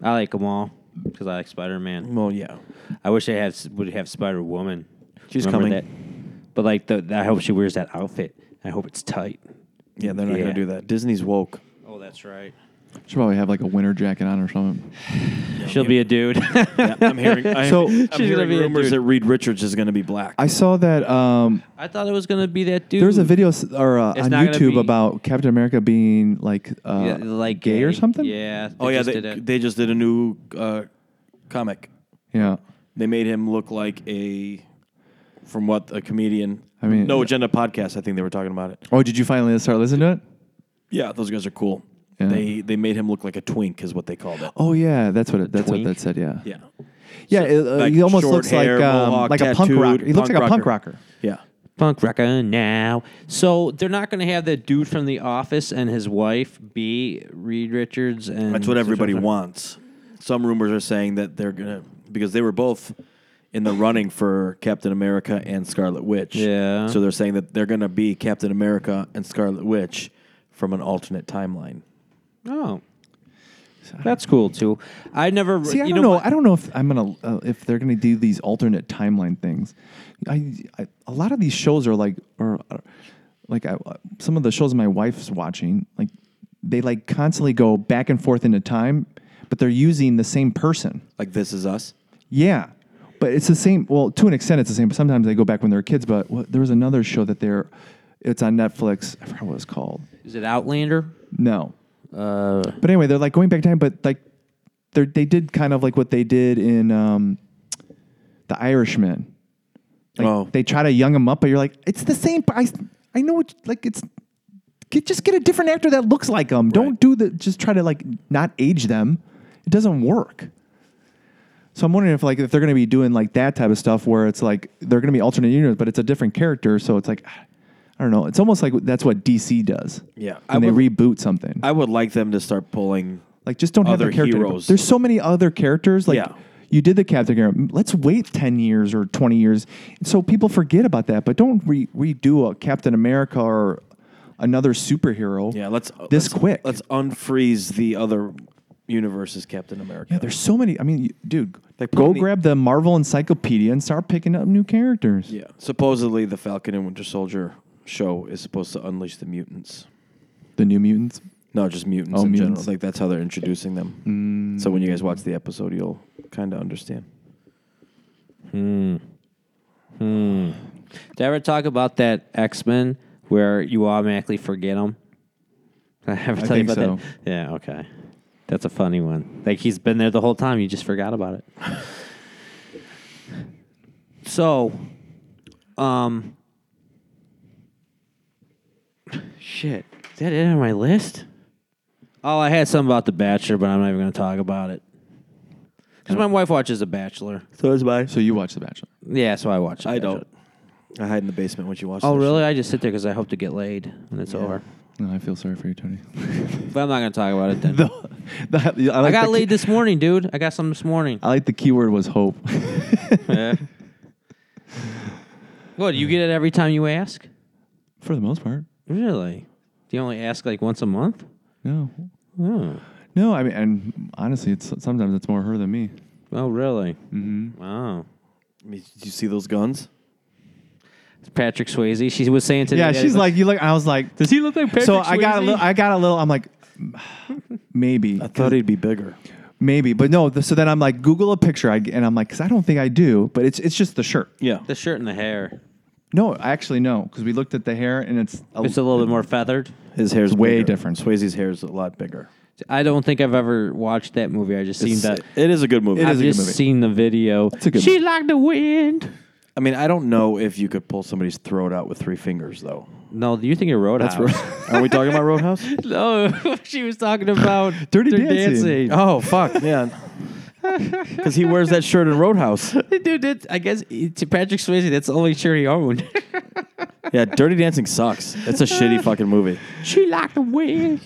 C: I like them all because I like Spider Man.
B: Well, yeah.
C: I wish they had would have Spider Woman.
B: She's coming.
C: That? But like, the, I hope she wears that outfit. I hope it's tight.
B: Yeah, they're not
C: Yeah.
B: going to do that. Disney's woke.
C: Oh, that's right.
A: Should probably have like a winter jacket on or something.
C: She'll be a dude.
B: I'm hearing, I'm,
A: So-
B: I'm
A: She's
C: gonna
B: hearing
C: be a
B: rumors
C: dude.
B: that Reed Richards is going to be black.
A: I saw that um,
C: I thought it was gonna be that dude.
A: there was a video s- or uh,
C: It's
A: on
C: not gonna
A: YouTube
C: be-
A: about Captain America being like uh,
C: Yeah, like
A: gay, or something.
C: Yeah.
B: oh, yeah.
C: just
B: They,
C: did it.
B: they just did a new uh, comic.
A: yeah.
B: They made him look like a, from what a comedian.
A: I mean-
B: no agenda podcast. I think they were talking about it.
A: Oh, did you finally start listening to it?
B: Yeah, those guys are cool.
A: Yeah.
B: They they made him look like a twink, is what they called it.
A: Oh yeah, that's what it, that's
C: Twink?
A: what that said. Yeah,
B: Yeah,
A: yeah. it, uh,
B: Like
A: he almost
B: short
A: looks
B: hair,
A: like um,
B: mohawk,
A: like a punk
B: tattooed
A: rocker. He looks like
B: punk
A: a punk
B: rocker.
A: rocker.
B: yeah.
C: Punk rocker now. So they're not going to have that dude from The Office and his wife be Reed Richards, and
B: That's what everybody wants. Some rumors are saying that they're gonna because they were both in the running for Captain America and Scarlet Witch.
C: Yeah.
B: So they're saying that they're gonna be Captain America and Scarlet Witch from an alternate timeline.
C: Oh, that's cool too. I never.
A: See, I
C: you
A: don't know.
C: what?
A: I don't know if I'm gonna uh, if they're gonna do these alternate timeline things. I, I a lot of these shows are like or uh, like I, uh, some of the shows my wife's watching like they like constantly go back and forth into time, but they're using the same person.
B: Like this is us.
A: Yeah, but it's the same. Well, to an extent, it's the same. But sometimes they go back when they're kids. But what, there was another show that they're it's on Netflix. I forgot what it's called.
C: Is it Outlander?
A: No.
B: Uh,
A: but anyway, they're like going back in time, but like they they did kind of like what they did in um, the Irishman. Like
B: Oh.
A: they try to young him up, but you're like, it's the same. I I know it's like it's. Get, just get a different actor that looks like him. Don't
B: Right.
A: do the. Just try to like not age them. It doesn't work. So I'm wondering if like if they're going to be doing like that type of stuff where it's like they're going to be alternate universe, but it's a different character. So it's like I don't know. It's almost like that's what DC does.
B: Yeah. I
A: when they reboot something.
B: I would like them to start pulling.
A: Like, just don't have
B: Other
A: the character.
B: heroes.
A: There's so many other characters. Like,
B: Yeah.
A: you did the Captain America. Let's wait 10 years or 20 years. So people forget about that, but don't re- redo a Captain America or another superhero
B: Yeah, let's uh,
A: this
B: let's-
A: quick.
B: Let's unfreeze the other universes, Captain America.
A: yeah, there's so many. I mean, you, dude,
B: Like, put
A: go
B: in the-
A: grab the Marvel encyclopedia and start picking up new characters.
B: yeah. Supposedly, the Falcon and Winter Soldier show is supposed to unleash the mutants.
A: The New Mutants.
B: No, just mutants
A: Oh,
B: in
A: mutants.
B: general. Like that's how they're introducing them. So when you guys watch the episode, you'll kind of understand.
C: Did I ever talk about that X Men where you automatically forget him? Did I ever tell
A: think
C: you about
A: so.
C: that? Yeah. Okay. That's a funny one. Like he's been there the whole time. You just forgot about it. so, um, shit. Is that it on my list? Oh, I had something about The Bachelor, but I'm not even going to talk about it. Because my wife watches The Bachelor.
B: So is my.
A: So you watch The Bachelor.
C: Yeah, so I watch. The
B: I
C: Bachelor.
B: don't. I hide in the basement when she watches.
C: Oh,
B: this
C: really? I just sit there because I hope to get laid when it's over.
A: No, I feel sorry for you, Tony.
C: But I'm not going to talk about it then.
A: the, the, I,
C: I
A: like
C: got
A: the,
C: laid this morning, dude. I got some this morning.
A: I like the keyword was hope.
C: What, you get it every time you ask?
A: for the most part.
C: Really? Do you only ask like once a month?
A: No.
C: Oh,
A: No, I mean, and honestly, it's sometimes it's more her than me.
C: oh really?
A: Hmm.
C: Mm-hmm. Wow.
B: shit. I mean, Did you see those guns?
C: It's Patrick Swayze. She was saying today.
A: Yeah,
C: that
A: she's like, you look. I was like,
C: does he look like Patrick
A: so I got a
C: Swayze?
A: little. I got a little. I'm like, maybe,
B: I thought he'd be bigger.
A: maybe, but no. th- So then I'm like, Google a picture, I, and I'm like, because I don't think I do, but it's it's just the shirt.
B: Yeah.
C: the shirt and the hair.
A: No, I actually no, because we looked at the hair, and it's a,
C: It's a little bit more feathered.
B: His hair's
A: way
B: bigger.
A: different.
B: Swayze's hair's a lot bigger.
C: I don't think I've ever watched that movie. I just seen
B: It's-
C: that.
B: It is a good movie.
C: I've just seen the video.
A: a good
C: she like the wind.
B: I mean, I don't know if you could pull somebody's throat out with three fingers, though.
C: No, do you think it Roadhouse?
B: Are we talking about Roadhouse?
C: no, she was talking about
A: Dirty Dancing.
C: dancing.
B: Oh fuck, yeah. Because he wears that shirt in Roadhouse.
C: Dude, that, I guess to Patrick Swayze, that's the only shirt he owned.
B: Yeah, Dirty Dancing sucks. It's a shitty fucking movie.
C: she like the wind.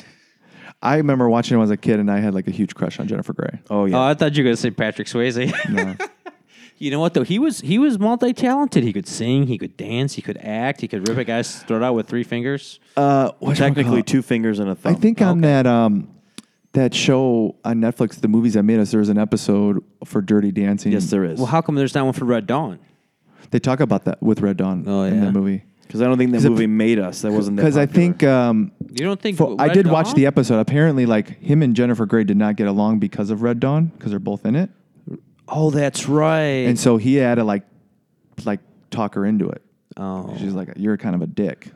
A: I remember watching it when I was a kid, and I had like a huge crush on Jennifer Grey.
B: Oh yeah.
C: Oh, I thought you were gonna say Patrick Swayze.
A: No.
C: You know what though? He was he was multi talented. He could sing, he could dance, he could act, he could rip a guy's throat out with three fingers.
A: uh, what's it
B: Technically,
A: called?
B: two fingers and a thumb.
A: I think on that um, that show on Netflix, the movies that made us, there's an episode for Dirty Dancing.
B: yes, there is.
C: Well, how come there's not one for Red Dawn?
A: They talk about that with Red Dawn
C: Oh,
A: in
C: yeah.
A: that movie.
B: Because I don't think that
A: it-
B: movie made us. That wasn't that
A: Because I
B: popular.
A: think um,
C: You don't think
A: for, I
C: Red
A: did watch
C: Dawn?
A: the episode. Apparently, like him and Jennifer Grey did not get along because of Red Dawn because they're both in it,
C: Oh, that's right.
A: and so he had to like like talk her into it.
C: oh.
A: She's like, "You're kind of a dick,"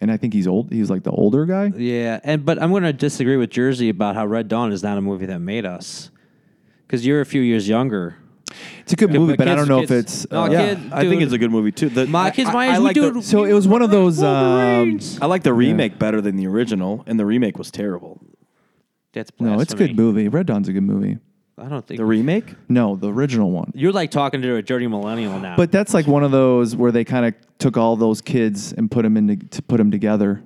A: and I think he's old. He's like the older guy.
C: Yeah, and but I'm going to disagree with Jersey about how Red Dawn is not a movie that made us, because you're a few years younger.
A: It's a good
C: Yeah,
A: movie,
C: but
A: but I don't
C: kids-
A: know
C: kids-
A: if it's.
C: no,
A: uh,
B: yeah,
C: kid,
B: I think
C: dude.
B: it's a good movie too. The,
C: My
B: I-
C: kids,
B: I-
C: my
B: I
C: age, we
B: like
C: do
B: the,
A: so it was one of those. Um,
C: Wolverines.
B: I like the remake better than the original, and the remake was terrible.
C: That's
A: no, it's a good
C: blasphemy.
A: movie. Red Dawn's a good movie.
C: I don't think
B: The remake?
A: No, the original one.
C: you're like talking to a dirty millennial now.
A: But that's like one of those where they kind of took all those kids and put them into to put them together.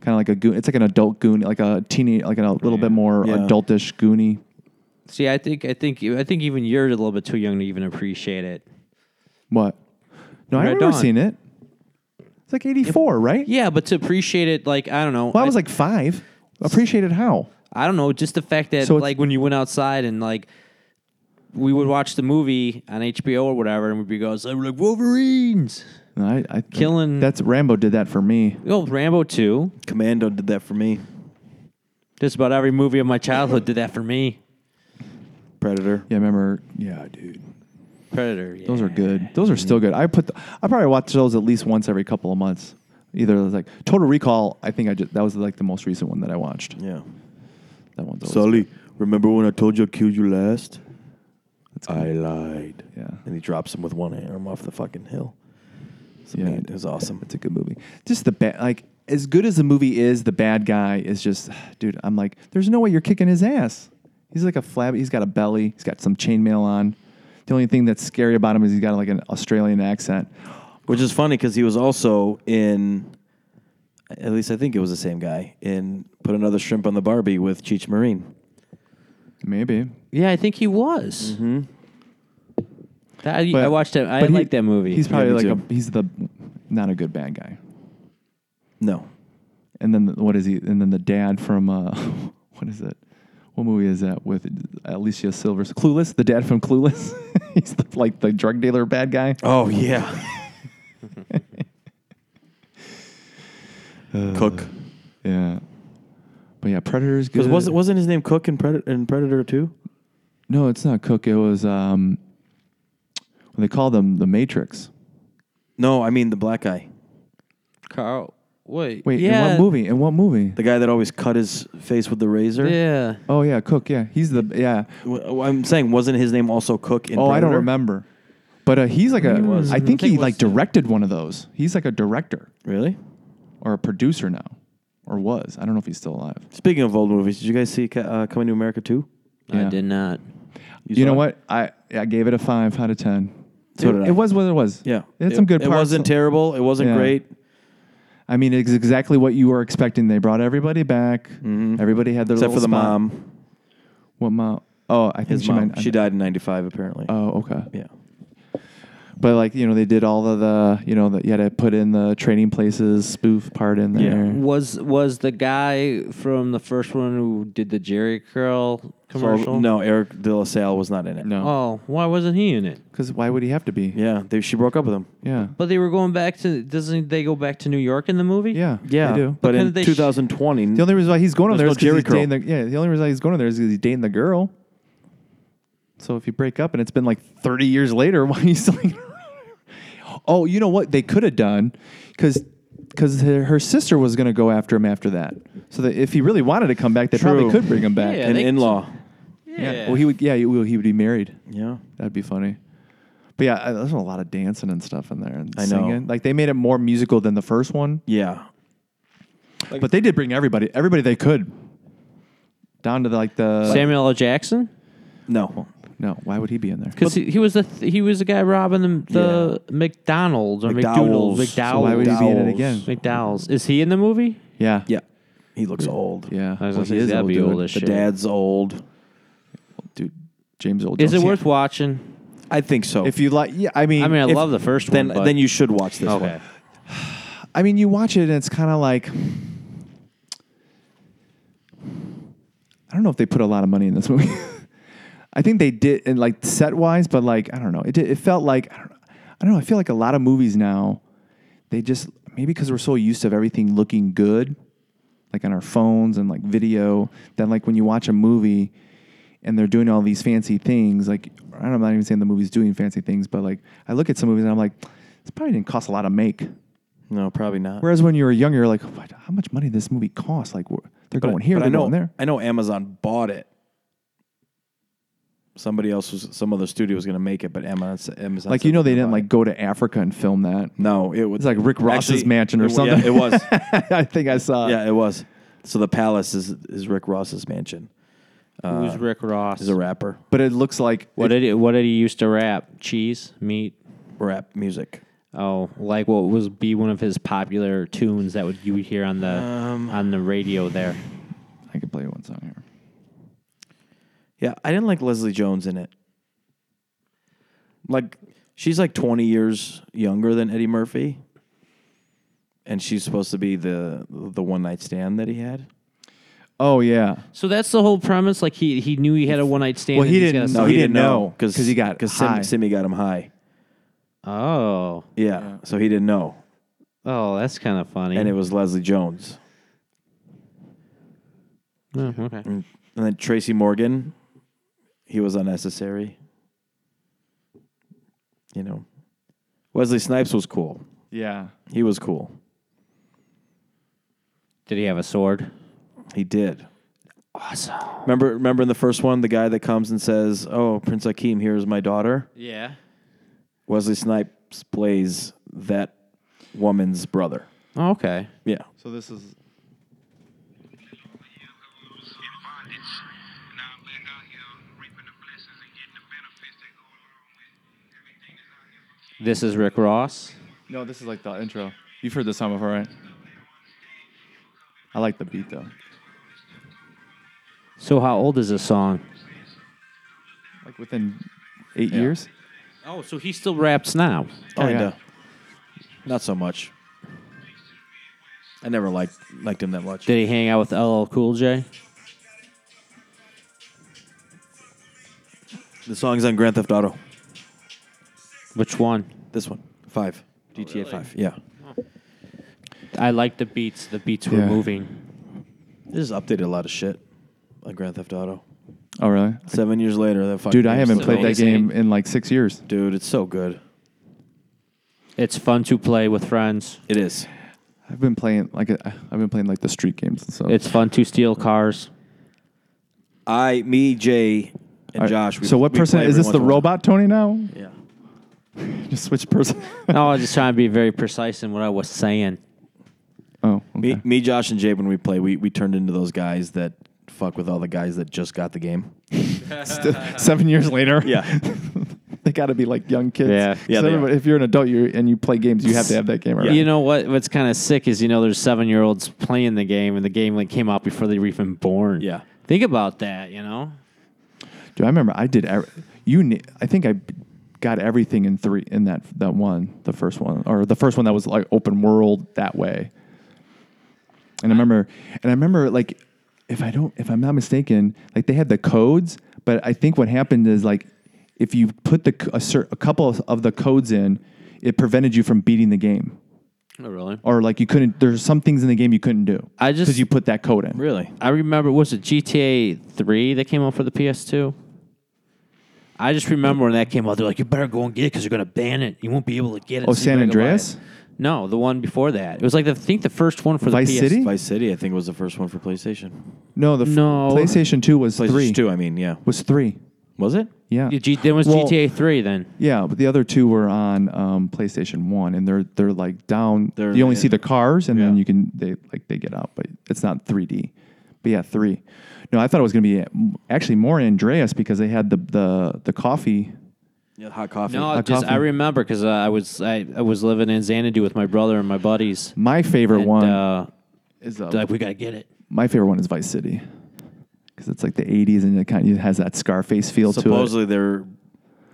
A: Kind of like a goon. It's like an adult goon, like a teeny, like a little bit more
B: Yeah.
A: adultish goony.
C: see, I think I think I think even you're a little bit too young to even appreciate it.
A: What? No, I
C: Red
A: remember
C: Dawn.
A: seeing it. It's like eighty four, right?
C: Yeah, but to appreciate it, like I don't know.
A: Well, I was like five. Appreciated how?
C: I don't know, just the fact that
A: So it's-
C: like when you went outside and like we would watch the movie on HBO or whatever, and we'd be going, so we're like Wolverines.
A: No, I, I
C: Killing-
A: That's Rambo did that for me.
C: Oh, Rambo two.
B: Commando did that for me.
C: Just about every movie of my childhood did that for me.
B: Predator.
A: Yeah, I remember? Yeah, dude.
C: Predator.
A: Those are good. Those are still good. I put. The, I probably watch those at least once every couple of months. Either like Total Recall. I think I just, that was like the most recent one that I watched.
B: Yeah.
A: That one's always
B: Sully, remember when I told you I killed you last?
A: That's good.
B: I lied.
A: Yeah.
B: And he drops him with one arm off the fucking hill. It's
A: Yeah.
B: yeah, it was awesome.
A: It's a good movie. Just the bad, like as good as the movie is, the bad guy is just, dude. I'm like, there's no way you're kicking his ass. He's like a flab. He's got a belly. He's got some chainmail on. The only thing that's scary about him is he's got like an Australian accent.
B: Which is funny because he was also in, at least I think it was the same guy, in Put Another Shrimp on the Barbie with Cheech Marine.
A: Maybe.
C: Yeah, I think he was. Mm-hmm. I,
A: But-
C: watched that. I
A: but he-
C: like that movie.
A: He's probably
B: me
A: like
B: too.
A: a, he's the not a good bad guy.
B: No.
A: And then the- what is he? And then the dad from uh, what is it? What movie is that with Alicia Silver's Clueless? The dad from Clueless. he's the, like the drug dealer bad guy.
B: Oh, yeah. Cook.
A: Yeah. But yeah, Predator's good.
B: Because wasn't, wasn't his name Cook in, Pred- in Predator 2?
A: No, it's not Cook. It was um they call them the Matrix.
B: No, I mean the black guy.
C: Carl. Wait.
A: Wait,
C: yeah,
A: in what movie? In what movie?
B: The guy that always cut his face with the razor.
C: Yeah.
A: oh yeah, Cook, yeah. He's the yeah.
B: W- I'm saying, wasn't his name also Cook in
A: Oh, I don't
B: Predator?
A: remember. But uh, he's like a. I think he
C: it was
A: like
C: the-
A: directed one of those. He's like a director
B: Really?
A: or a producer now, or was. I don't know if he's still alive.
B: Speaking of old movies, did you guys see Ca- uh, Coming to America 2?
A: Yeah.
C: I did not.
A: You know
B: saw it?
A: what? I I gave it a five out of ten.
B: So
A: it,
B: did I.
A: it was what it was.
B: Yeah.
A: it had some good
B: It
A: parts.
B: wasn't terrible. It wasn't
A: Yeah.
B: great.
A: I mean, it's exactly what you were expecting. They brought everybody back. Everybody had their
B: Mm-hmm. Except for
A: little
B: the
A: spot.
B: mom.
A: What mom? Oh, I think
B: His
A: she
B: mom.
A: Might,
B: she died in 95, apparently.
A: Oh, okay.
B: yeah.
A: But like you know, they did all of the you know that you had to put in the trading places spoof part in
B: Yeah.
A: there.
C: Was was the guy from the first one who did the Jerry Curl commercial?
B: So, no, Eric De La Salle was not in it.
A: No,
C: Oh, why wasn't he in it?
A: because why would he have to be?
B: Yeah. They, she broke up with him.
A: yeah,
C: But they were going back to. Doesn't they go back to New York in the movie?
A: yeah,
B: Yeah.
A: They do.
B: But
C: couldn't
B: in
C: they sh-
B: 2020,
A: The only reason why he's going on there
B: There's
A: is
B: no
A: 'cause he's
B: Jerry
A: dating the yeah. The only reason why he's going on there is because he's dating the girl. So if you break up and it's been like thirty years later, why are you still? oh, you know what they could have done because because her, her sister was going to go after him after that. So that if he really wanted to come back, they probably
B: True.
A: could bring him back.
C: Yeah,
B: An
C: they-
B: in law.
A: Yeah. Well, he would. Yeah, he, well, he would be married.
B: Yeah.
A: That'd be funny. But yeah, I, there's a lot of dancing and stuff in there and
B: I know.
A: singing. Like they made it more musical than the first one,
B: Yeah.
A: but they did bring everybody, everybody they could, down to the, like the
C: Samuel L. Jackson,
B: No.
A: No, why would he be in there?
C: because he, he was the th- he was the guy robbing the, the McDonald's or McDowell's.
B: McDowell's.
A: So why would he be in it again?
B: Dowels.
C: McDowell's. Is he in the movie?
A: Yeah.
B: Yeah. He looks old.
A: Yeah.
C: I was
A: Well, he
C: gonna say,
A: is
C: that'd be
A: dude.
C: old as
B: The
C: shit.
B: dad's old.
A: Dude, James Old.
C: Is it
A: Jones.
C: worth watching?
B: I think so.
A: If you like, yeah. I mean,
C: I mean, I
A: if-
C: love the first
B: then
C: one. but-
B: then you should watch this
C: okay.
B: one.
A: I mean, you watch it and it's kind of like. I don't know if they put a lot of money in this movie. I think they did, and like set wise, but like I don't know. It did, it felt like I don't, know, I don't know. I feel like a lot of movies now, they just maybe because we're so used to everything looking good, like on our phones and like video, that like when you watch a movie, and they're doing all these fancy things. Like I don't, I'm not even saying the movie's doing fancy things, but like I look at some movies and I'm like, this probably didn't cost a lot to make.
B: No, probably not.
A: Whereas when you were younger, you're like, what, how much money did this movie cost? Like, wh- they're
B: But-
A: going here,
B: but
A: they're
B: I know,
A: going there.
B: I know Amazon bought it. Somebody else was some other studio was going to make it, but Amazon Amazon
A: Like,
B: said
A: you know, they
B: they're
A: didn't
B: gonna
A: like go to Africa and film that.
B: buy it. No, it was
A: It's like Rick Ross's
B: Actually,
A: mansion or
B: it wa- yeah,
A: something.
B: it was.
A: I think I saw.
B: yeah, it was. So the palace is is Rick Ross's mansion.
C: Who's Rick Ross?
A: Uh,
B: He's a rapper.
A: But it looks like
C: What
A: it,
C: did he, what did he used to rap? Cheese, meat.
B: Rap music.
C: Oh, like what was be one of his popular tunes that would you would hear on the on the radio there?
A: I can play one song here.
B: Yeah, I didn't like Leslie Jones in it. Like she's like 20 years younger than Eddie Murphy. And she's supposed to be the the one night stand that he had.
A: Oh yeah.
C: So that's the whole premise. Like he he knew he had a one night stand.
A: Well,
C: and
A: he
C: he's
A: didn't
C: gotta
A: know.
C: stop-
A: he didn't know, 'cause he got
B: because
A: high.
B: Sim, Simmy got him high.
C: Oh,
B: Yeah, so he didn't know,
C: oh, that's kind of funny.
B: and it was Leslie Jones,
C: Oh, okay.
B: and then Tracy Morgan. He was unnecessary. You know, Wesley Snipes was cool.
A: Yeah.
B: He was cool.
C: Did he have a sword?
B: He did.
C: Awesome.
B: Remember, remember in the first one, the guy that comes and says, "Oh, Prince Akeem, here is my daughter."
C: Yeah.
B: Wesley Snipes plays that woman's brother.
C: Oh, Okay.
B: Yeah,
A: So this is.
D: in bondage. Now I'm back out here reaping the blessings and getting the benefits that go along with everything that's out here.
C: This is Rick Ross.
A: No, this is like the intro. You've heard this song before, right? I like the beat though.
C: So how old is this song?
A: Like within eight years.
C: Oh, so he still raps now.
A: Oh, yeah.
B: kinda. Not so much. I never liked liked him that much.
C: Did he hang out with LL Cool J?
B: The song's on Grand Theft Auto.
C: Which one?
B: This one, five, GTA Five. Yeah,
C: I like the beats. The beats were
A: Yeah.
C: moving.
B: this has updated a lot of shit on Grand Theft Auto.
A: Oh really?
B: Seven years later, that fucking
A: Dude, I
B: game's
A: haven't
B: still
A: played that
B: amazing.
A: game in like six years.
B: Dude, it's so good.
C: It's fun to play with friends.
B: It is.
A: I've been playing like a, I've been playing like the street games and stuff.
C: It's fun to steal cars.
B: I, me, Jay, and
A: All right.
B: Josh. we-
A: so what
B: we
A: person
B: play
A: is
B: every
A: this?
B: once
A: The
B: in a while.
A: robot Tony now?
B: Yeah.
A: Just switch person.
C: no, I was just trying to be very precise in what I was saying.
A: oh, okay.
B: Me, me, Josh, and Jay. When we play, we we turned into those guys that fuck with all the guys that just got the game.
A: seven years later.
B: Yeah.
A: they got to be like young kids.
C: Yeah.
A: 'Cause
B: Yeah, they
A: everybody-
B: are.
A: If you're an adult you're, and you play games, you have to have that game. Right?
C: You know what? What's kind of sick is you know there's seven year olds playing the game and the game like came out before they were even born.
B: Yeah.
C: Think about that. You know.
A: Dude, I remember I did. ev- You, ni- I think I got everything in three in that that one, the first one, or the first one that was like open world that way. And I remember, and I remember like, if I don't, if I'm not mistaken, like they had the codes, but I think what happened is like, if you put the c- a, cer- a couple of, of the codes in, it prevented you from beating the game,
C: Oh really?
A: or like you couldn't. There's some things in the game you couldn't do.
C: I just-
A: because you put that code in.
B: Really?
C: I remember was it GTA three that came out for the PS2. I just remember when that came out. They're like, "You better go and get it because you're gonna ban it. You won't be able to get it."
A: Oh,
C: so you
A: San
C: better go buy it."
A: Andreas.
C: No, the one before that. It was like the, I think the first one for
A: Vice
C: the PS.
A: City?
B: Vice City, I think, was the first one for PlayStation.
A: No, the f-
C: No.
A: PlayStation Two was
B: PlayStation
A: three.
B: Two, I mean, yeah.
A: was three.
B: Was it?
A: Yeah.
C: Yeah, G- there was
A: Well,
C: GTA Three then.
A: Yeah, but the other two were on um, PlayStation One, and they're they're like down.
B: They're-
A: you only
B: yeah.
A: see the cars, and then
B: Yeah.
A: you can they like they get out, but it's not 3D. But yeah, three. No, I thought it was going to be uh, actually more Andreas because they had the the the coffee.
B: Yeah, hot coffee.
C: No, I
A: Hot
C: just I
A: coffee.
C: remember because uh, I was I, I was living in Xanadu with my brother and my buddies.
A: My favorite
C: And,
A: one
C: Uh,
A: is uh,
C: they're like we gotta get it.
A: my favorite one is Vice City because it's like the 80s and it kind of has that Scarface feel to it.
B: Supposedly, they're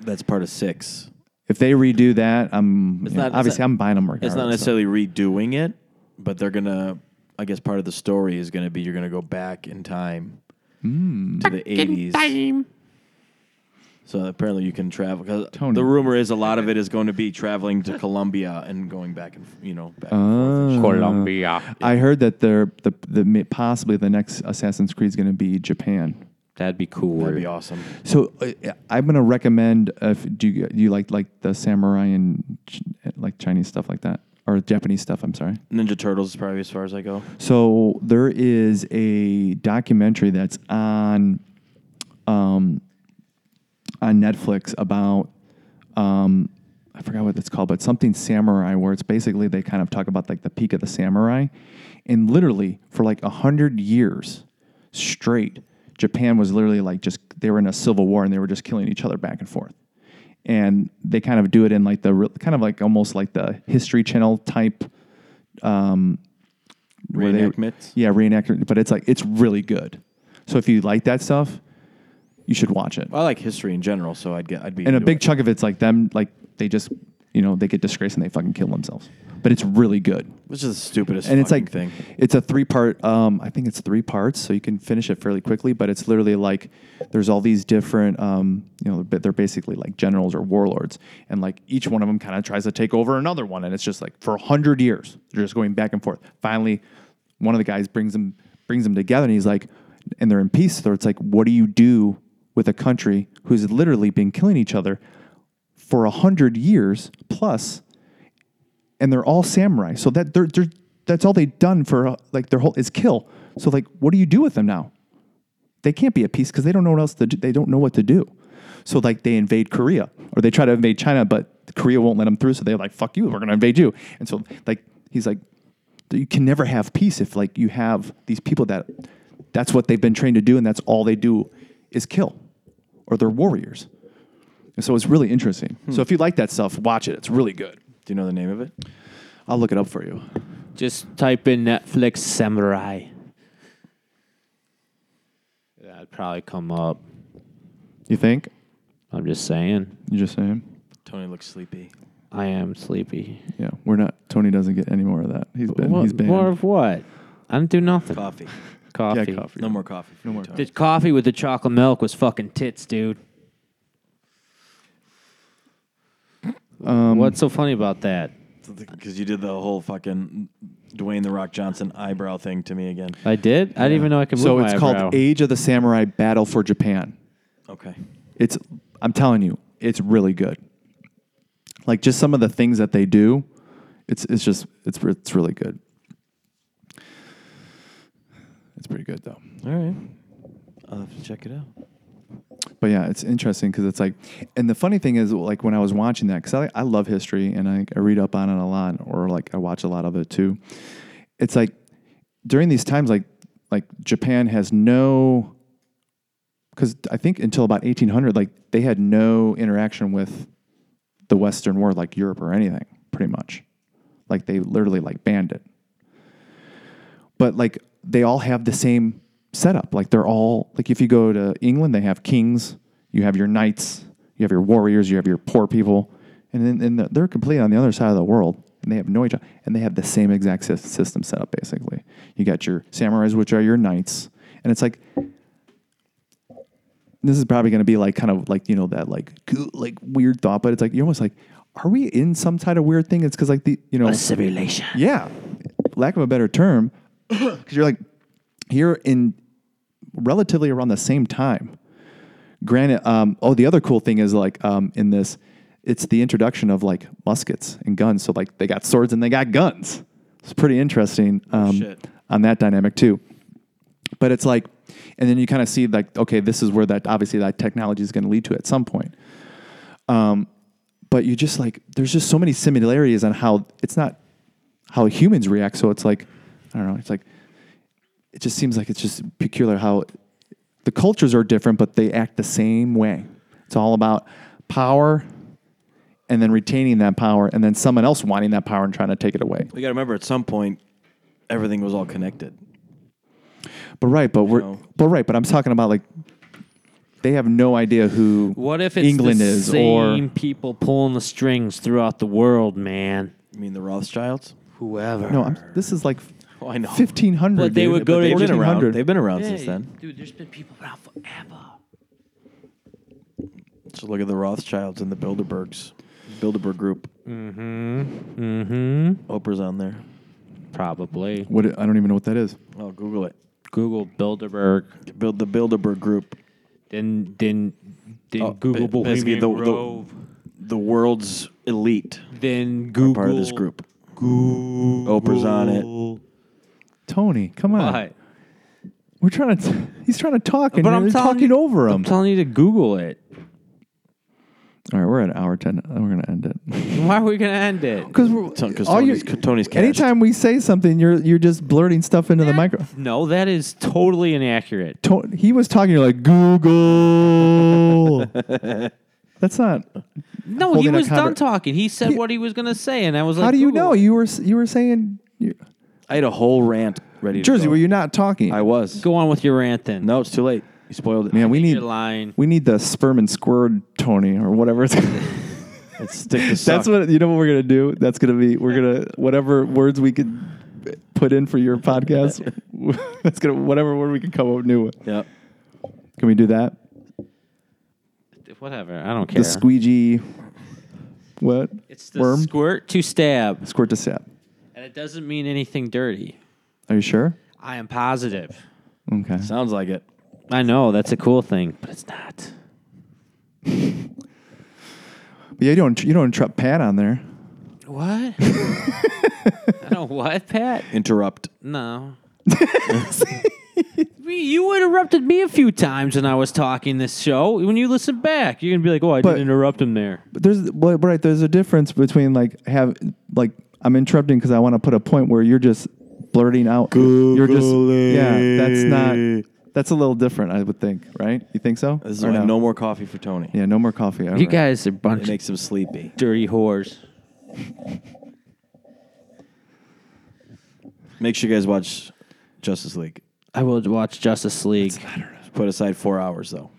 B: that's part of six.
A: If they redo that, I'm
B: It's
A: you know,
B: not- it's
A: obviously
B: not-
A: I'm buying them.
B: It's not necessarily redoing it, but they're gonna. I guess part of the story is gonna be you're gonna go back in time
A: Hmm.
B: to the eighties. So apparently you can travel. 'cause
A: Tony.
B: the rumor is a lot of it is going to be traveling to Colombia and going back and f- you know back.
A: Uh,
C: Colombia.
A: Mm. I heard that they're the, the ma- possibly the next Assassin's Creed is going to be Japan.
C: That'd be cool.
B: That'd be awesome.
A: So uh, I'm going to recommend uh, if do you, do you like like the samurai and ch- like Chinese stuff like that or Japanese stuff? I'm sorry.
B: Ninja Turtles is probably as far as I go.
A: So there is a documentary that's on um, on Netflix about um, I forgot what it's called, but something samurai, where it's basically they kind of talk about like the peak of the samurai, and literally for like a hundred years straight, Japan was literally like just they were in a civil war and they were just killing each other back and forth, and they kind of do it in like the re- kind of like almost like the History Channel type um, where they-
B: Reenactments.
A: yeah, reenactment. But it's like it's really good. So if you like that stuff, you should watch it.
B: I like history in general, so I'd get. I'd be
A: and a
B: into
A: big
B: it.
A: chunk of it's like them, like they just, you know, they get disgraced and they fucking kill themselves. But it's really good.
B: which is the stupidest
A: And it's
B: fucking
A: like
B: thing.
A: it's a three part. Um, I think it's three parts, so you can finish it fairly quickly. But it's literally like there's all these different, um, you know, but they're basically like generals or warlords, and like each one of them kind of tries to take over another one, and it's just like for a hundred years they're just going back and forth. Finally, one of the guys brings them brings them together, and he's like, and they're in peace. So it's like, what do you do with a country who's literally been killing each other for a hundred years plus? and they're all samurai. So that they're, they're that's all they've done for uh, like their whole is kill. So like, what do you do with them now? They can't be at peace because they don't know what else to do. They don't know what to do. So like, they invade Korea or they try to invade China, but Korea won't let them through. So they're like, "Fuck you, we're gonna invade you." And so like, he's like, "You can never have peace if like you have these people that that's what they've been trained to do, and that's all they do is kill, or they're warriors." And so it's really interesting. So if you like that stuff, watch it. It's really good.
B: Do you know the name of it?
A: I'll look it up for you.
C: Just type in Netflix samurai. That'd probably come up.
A: You think?
C: I'm just saying.
A: You just saying?
B: Tony looks sleepy.
C: I am sleepy.
A: Yeah, we're not. Tony doesn't get any more of that. He's been.
C: What-
A: he's banned.
C: more of what? I didn't do nothing.
B: Coffee.
C: Coffee.
A: Yeah, coffee.
B: No more coffee. No more.
C: The coffee with the chocolate milk was fucking tits, dude.
A: Um,
C: What's so funny about that?
B: Because you did the whole fucking Dwayne the Rock Johnson eyebrow thing to me again.
C: I did. I didn't even know I could move
A: So
C: my
A: it's
C: eyebrow.
A: called Age of the Samurai: Battle for Japan.
B: Okay.
A: It's. I'm telling you, it's really good. Like just some of the things that they do, it's it's just it's re- it's really good. It's pretty good though.
B: All right. I'll have to check it out.
A: But yeah, it's interesting because it's like, and the funny thing is, like when I was watching that, because I, I love history and I, I read up on it a lot, or like I watch a lot of it too. It's like during these times, like like Japan has no, because I think until about 1800, like they had no interaction with the Western world, like Europe or anything, pretty much. Like they literally like banned it but like they all have the same setup. Like they're all like if you go to England, they have kings, you have your knights, you have your warriors, you have your poor people, and then and they're completely on the other side of the world, and they have no each and they have the same exact sys- system set up. Basically, you got your samurais, which are your knights, and it's like. This is probably going to be like kind of like you know that like goo- like weird thought, but it's like you're almost like, are we in some kind of weird thing? It's because like the you know
C: a simulation.
A: yeah, lack of a better term, because you're like here in relatively around the same time. Granted, um, oh, the other cool thing is like um, in this, it's the introduction of like muskets and guns. So like they got swords and they got guns. It's pretty interesting um,
B: shit.
A: on that dynamic too. But it's like, and then you kind of see like, okay, this is where that obviously that technology is going to lead to at some point. Um, but you just like, there's just so many similarities on how it's not how humans react. So it's like, I don't know. It's like, it just seems like it's just peculiar how the cultures are different, but they act the same way. It's all about power and then retaining that power and then someone else wanting that power and trying to take it away.
B: We got to remember at some point, everything was all connected.
A: But right, but we're
B: No.
A: but right, but I'm talking about like they have no idea who
C: What if it's
A: England
C: the
A: is
C: same
A: or
C: people pulling the strings throughout the world, man?
B: You mean the Rothschilds?
C: Whoever.
A: no, I'm, this is like
B: Oh, I know.
A: 1500
C: But they
A: dude.
C: would go to
B: They've been around.
A: 1400.
B: They've been around since
C: Hey,
B: then.
C: Dude, there's been people around forever.
B: So look at the Rothschilds and the Bilderbergs, Bilderberg Group.
C: Mm-hmm.
B: Oprah's on there.
C: Probably.
A: What I don't even know what that is.
B: Oh, Google it.
C: Google Bilderberg.
B: Build the Bilderberg Group,
C: Then then then
B: Oh,
C: Google
B: ba- basically the- the-
C: Bohemian Grove.
B: the world's elite,
C: then Google
B: part of this group.
C: Google.
B: Oprah's on it.
A: Tony, come on.
C: But,
A: We're trying to he's trying to talk and
C: but
A: you're
C: I'm telling
A: talking
C: you,
A: over him.
C: I'm telling you to Google it.
A: All right, we're at hour 10. We're going to end it.
C: Why are we gonna end it?
A: Because we're
B: Ton- 'cause
A: all
B: Tony's- 'cause Tony's cashed.
A: Anytime we say something, you're you're just blurting stuff into the micro.
C: No, that is totally inaccurate.
A: To- he was talking. You're like Google. That's not.
C: No, he
A: holding a
C: was done
A: conver-
C: talking. He said
A: He-
C: what he was gonna say, and I was like,
A: How do you
C: Google
A: know?
C: it.
A: You were s- you were saying you,
B: I had a whole rant ready. to
A: Jersey.
B: go.
A: Were you not talking?
B: I was.
C: Go on with your rant then.
B: No, it's too late. You spoiled it.
A: Man, we need
C: You're lying.
A: we need the sperm and squirm Tony or whatever. It's
B: Let's stick to
A: That's
B: suck.
A: what you know. What we're gonna do? That's gonna be we're gonna whatever words we could put in for your podcast. that's gonna whatever word we could come up with new one.
B: Yep.
A: Can we do that?
C: Whatever. I don't care.
A: The squeegee. What?
C: It's the
A: worm.
C: squirt to stab,
A: Squirt to sap.
C: and it doesn't mean anything dirty.
A: Are you sure?
C: I am positive.
A: Okay.
B: Sounds like it.
C: I know that's a cool thing, but it's not.
A: But yeah, you don't you don't interrupt Pat on there.
C: What? I don't what, Pat?
B: Interrupt.
C: No. We- you interrupted me a few times when I was talking this show. When you listen back, you're gonna be like, "Oh, I
A: But-
C: didn't interrupt him there."
A: But there's well, right there's a difference between like have like I'm interrupting because I want to put a point where you're just blurting out. you're just yeah. That's not. That's a little different, I would think. Right? You think so?
B: This is
A: Or
B: why
A: no?
B: no? more coffee for Tony.
A: Yeah, no more coffee.
C: You guys are a bunch
B: It makes him sleepy.
C: of dirty whores.
B: Make sure you guys watch Justice League.
C: I will watch Justice League.
B: Put aside four hours though.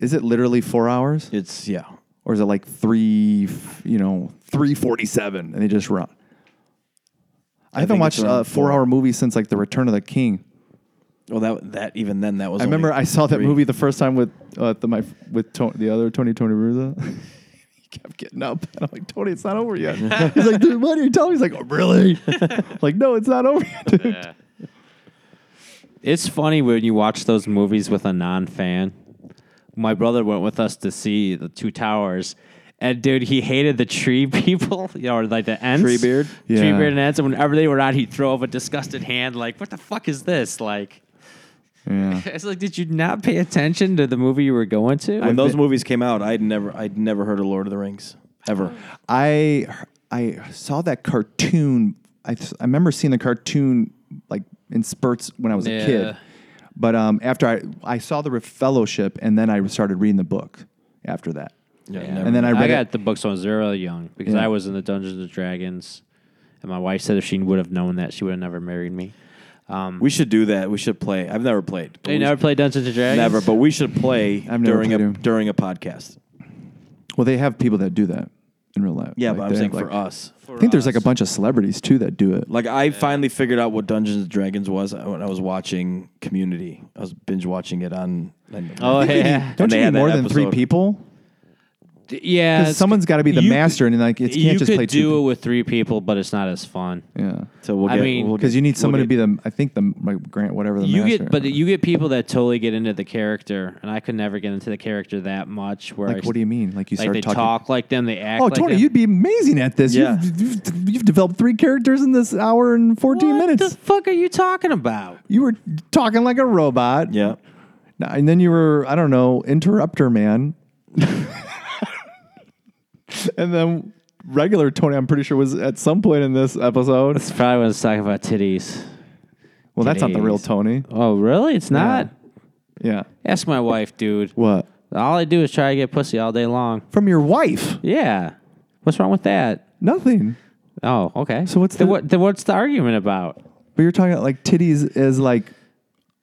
A: Is it literally four hours,
B: It's yeah.
A: or is it like three? f- You know, three forty-seven, and they just run. I, haven't
B: think it's
A: watched
B: around
A: a
B: four.
A: four-hour movie since like The Return of the King.
B: Well, that that even then that was.
A: I
B: only
A: remember I saw that
B: three.
A: movie the first time with uh, the, my with Tony, the other Tony Tony Ruza. he kept getting up, and I'm like, Tony, it's not over yet. He's like, dude, what are you telling me? He's like, oh, really? I'm like, no, it's not over yet, dude.
C: It's funny when you watch those movies with a non fan. My brother went with us to see the Two Towers. And dude, he hated the tree people, you know, or like the ants.
B: Tree beard?
C: Tree
A: Yeah.
C: beard and ants. And whenever they were out, he'd throw up a disgusted hand, like, what the fuck is this? Like,
A: Yeah.
C: it's like, did you not pay attention to the movie you were going to?
B: when those movies came out. I'd never I'd never heard of Lord of the Rings ever.
A: I I saw that cartoon. I, I remember seeing the cartoon like in spurts when I was
C: Yeah.
A: a kid. But um, after I I saw the Fellowship, and then I started reading the book after that.
B: Yeah,
A: And then I read
C: got
A: it.
C: the books when I was really young because
A: Yeah.
C: I was in the Dungeons and Dragons. And my wife said if she would have known that, she would have never married me. Um,
B: we should do that. We should play. I've never played.
C: you never played Dungeons and Dragons?
B: Never, but we should play
A: I've never
B: during a
A: played 'em.
B: during a podcast.
A: Well, they have people that do that in real life.
B: Yeah,
A: Like,
B: but
A: they
B: I'm saying
A: have,
B: for
A: like-
B: us.
A: I think there's like a bunch of celebrities too that do it.
B: Like I finally figured out what Dungeons and Dragons was when I was watching Community. I was binge watching it on. on
C: Oh, yeah.
A: Don't
B: they
A: you
B: had
A: need
B: that
A: more than three
B: episode.
A: people?
C: yeah, it's-
A: someone's got to be the
C: you
A: master, and like it
C: you
A: can't just
C: could
A: play
C: do it
A: two.
C: with three people, but it's not as fun.
A: pe- yeah,
B: So we'll
C: I
B: get.
C: mean,
B: we'll get-
A: because you need
B: we'll
A: someone
B: get-
A: to be the. I think the like Grant, whatever the
C: You
A: master. uh-huh.
C: get, but you get people that totally get into the character, and I could never get into the character that much. Where I,
A: like, what do you mean? Like you
C: like
A: start
C: they
A: talking.
C: talk like them, they act.
A: Oh,
C: like
A: Tony,
C: them.
A: you'd be amazing at this.
B: Yeah.
A: You've, you've, you've developed three characters in this hour and 14
C: what
A: minutes.
C: the fuck are you talking about?
A: you were talking like a robot.
B: Yeah.
A: Nah, And then you were, I don't know, interrupter man. and then regular Tony, I'm pretty sure, was at some point in this episode.
C: It's probably when it's talking about titties.
A: Well, that's not the real
C: titties.
A: Tony.
C: Oh, really? It's not.
A: Yeah.
C: Ask my wife, dude.
A: What?
C: All I do is try to get pussy all day long.
A: From your wife?
C: Yeah. What's wrong with that?
A: Nothing.
C: Oh, okay.
A: So what's
C: Then
A: the-
C: what, then what's the argument about?
A: But you're talking about like titties as like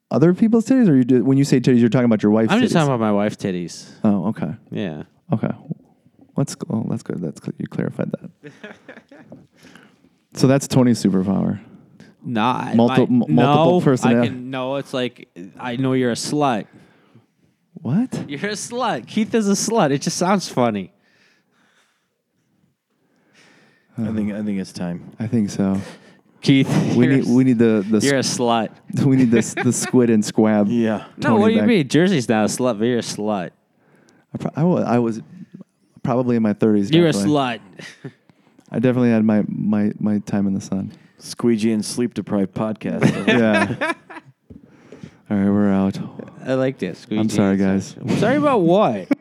A: other people's titties, or you do, when you say titties, you're talking about your wife's
C: I'm just
A: titties?
C: talking about my wife's titties.
A: Oh, okay.
C: Yeah.
A: Okay. Let's go. Oh, that's good. That's cl- you clarified that. so that's Tony's superpower.
C: Not
A: Multi- m- multiple
C: no,
A: personnel.
C: I can, no, it's like I know you're a slut.
A: What?
C: You're a slut. Keith is a slut. It just sounds funny.
B: I think I think it's time.
A: I think so.
C: Keith,
A: We
C: you're,
A: need we need the the
C: you're a
A: s-
C: slut.
A: we need this the squid and squab.
B: Yeah.
C: No,
A: Tony
C: what do you
A: back.
C: mean? Jersey's not a slut, but you're a slut.
A: I, pro- I, wa- I was probably in my thirties.
C: You're a slut.
A: I definitely had my my my time in the sun.
B: Squeegee and sleep deprived podcast.
A: Yeah. All right, we're out.
C: I like this.
A: I'm sorry, guys.
C: Sorry about what?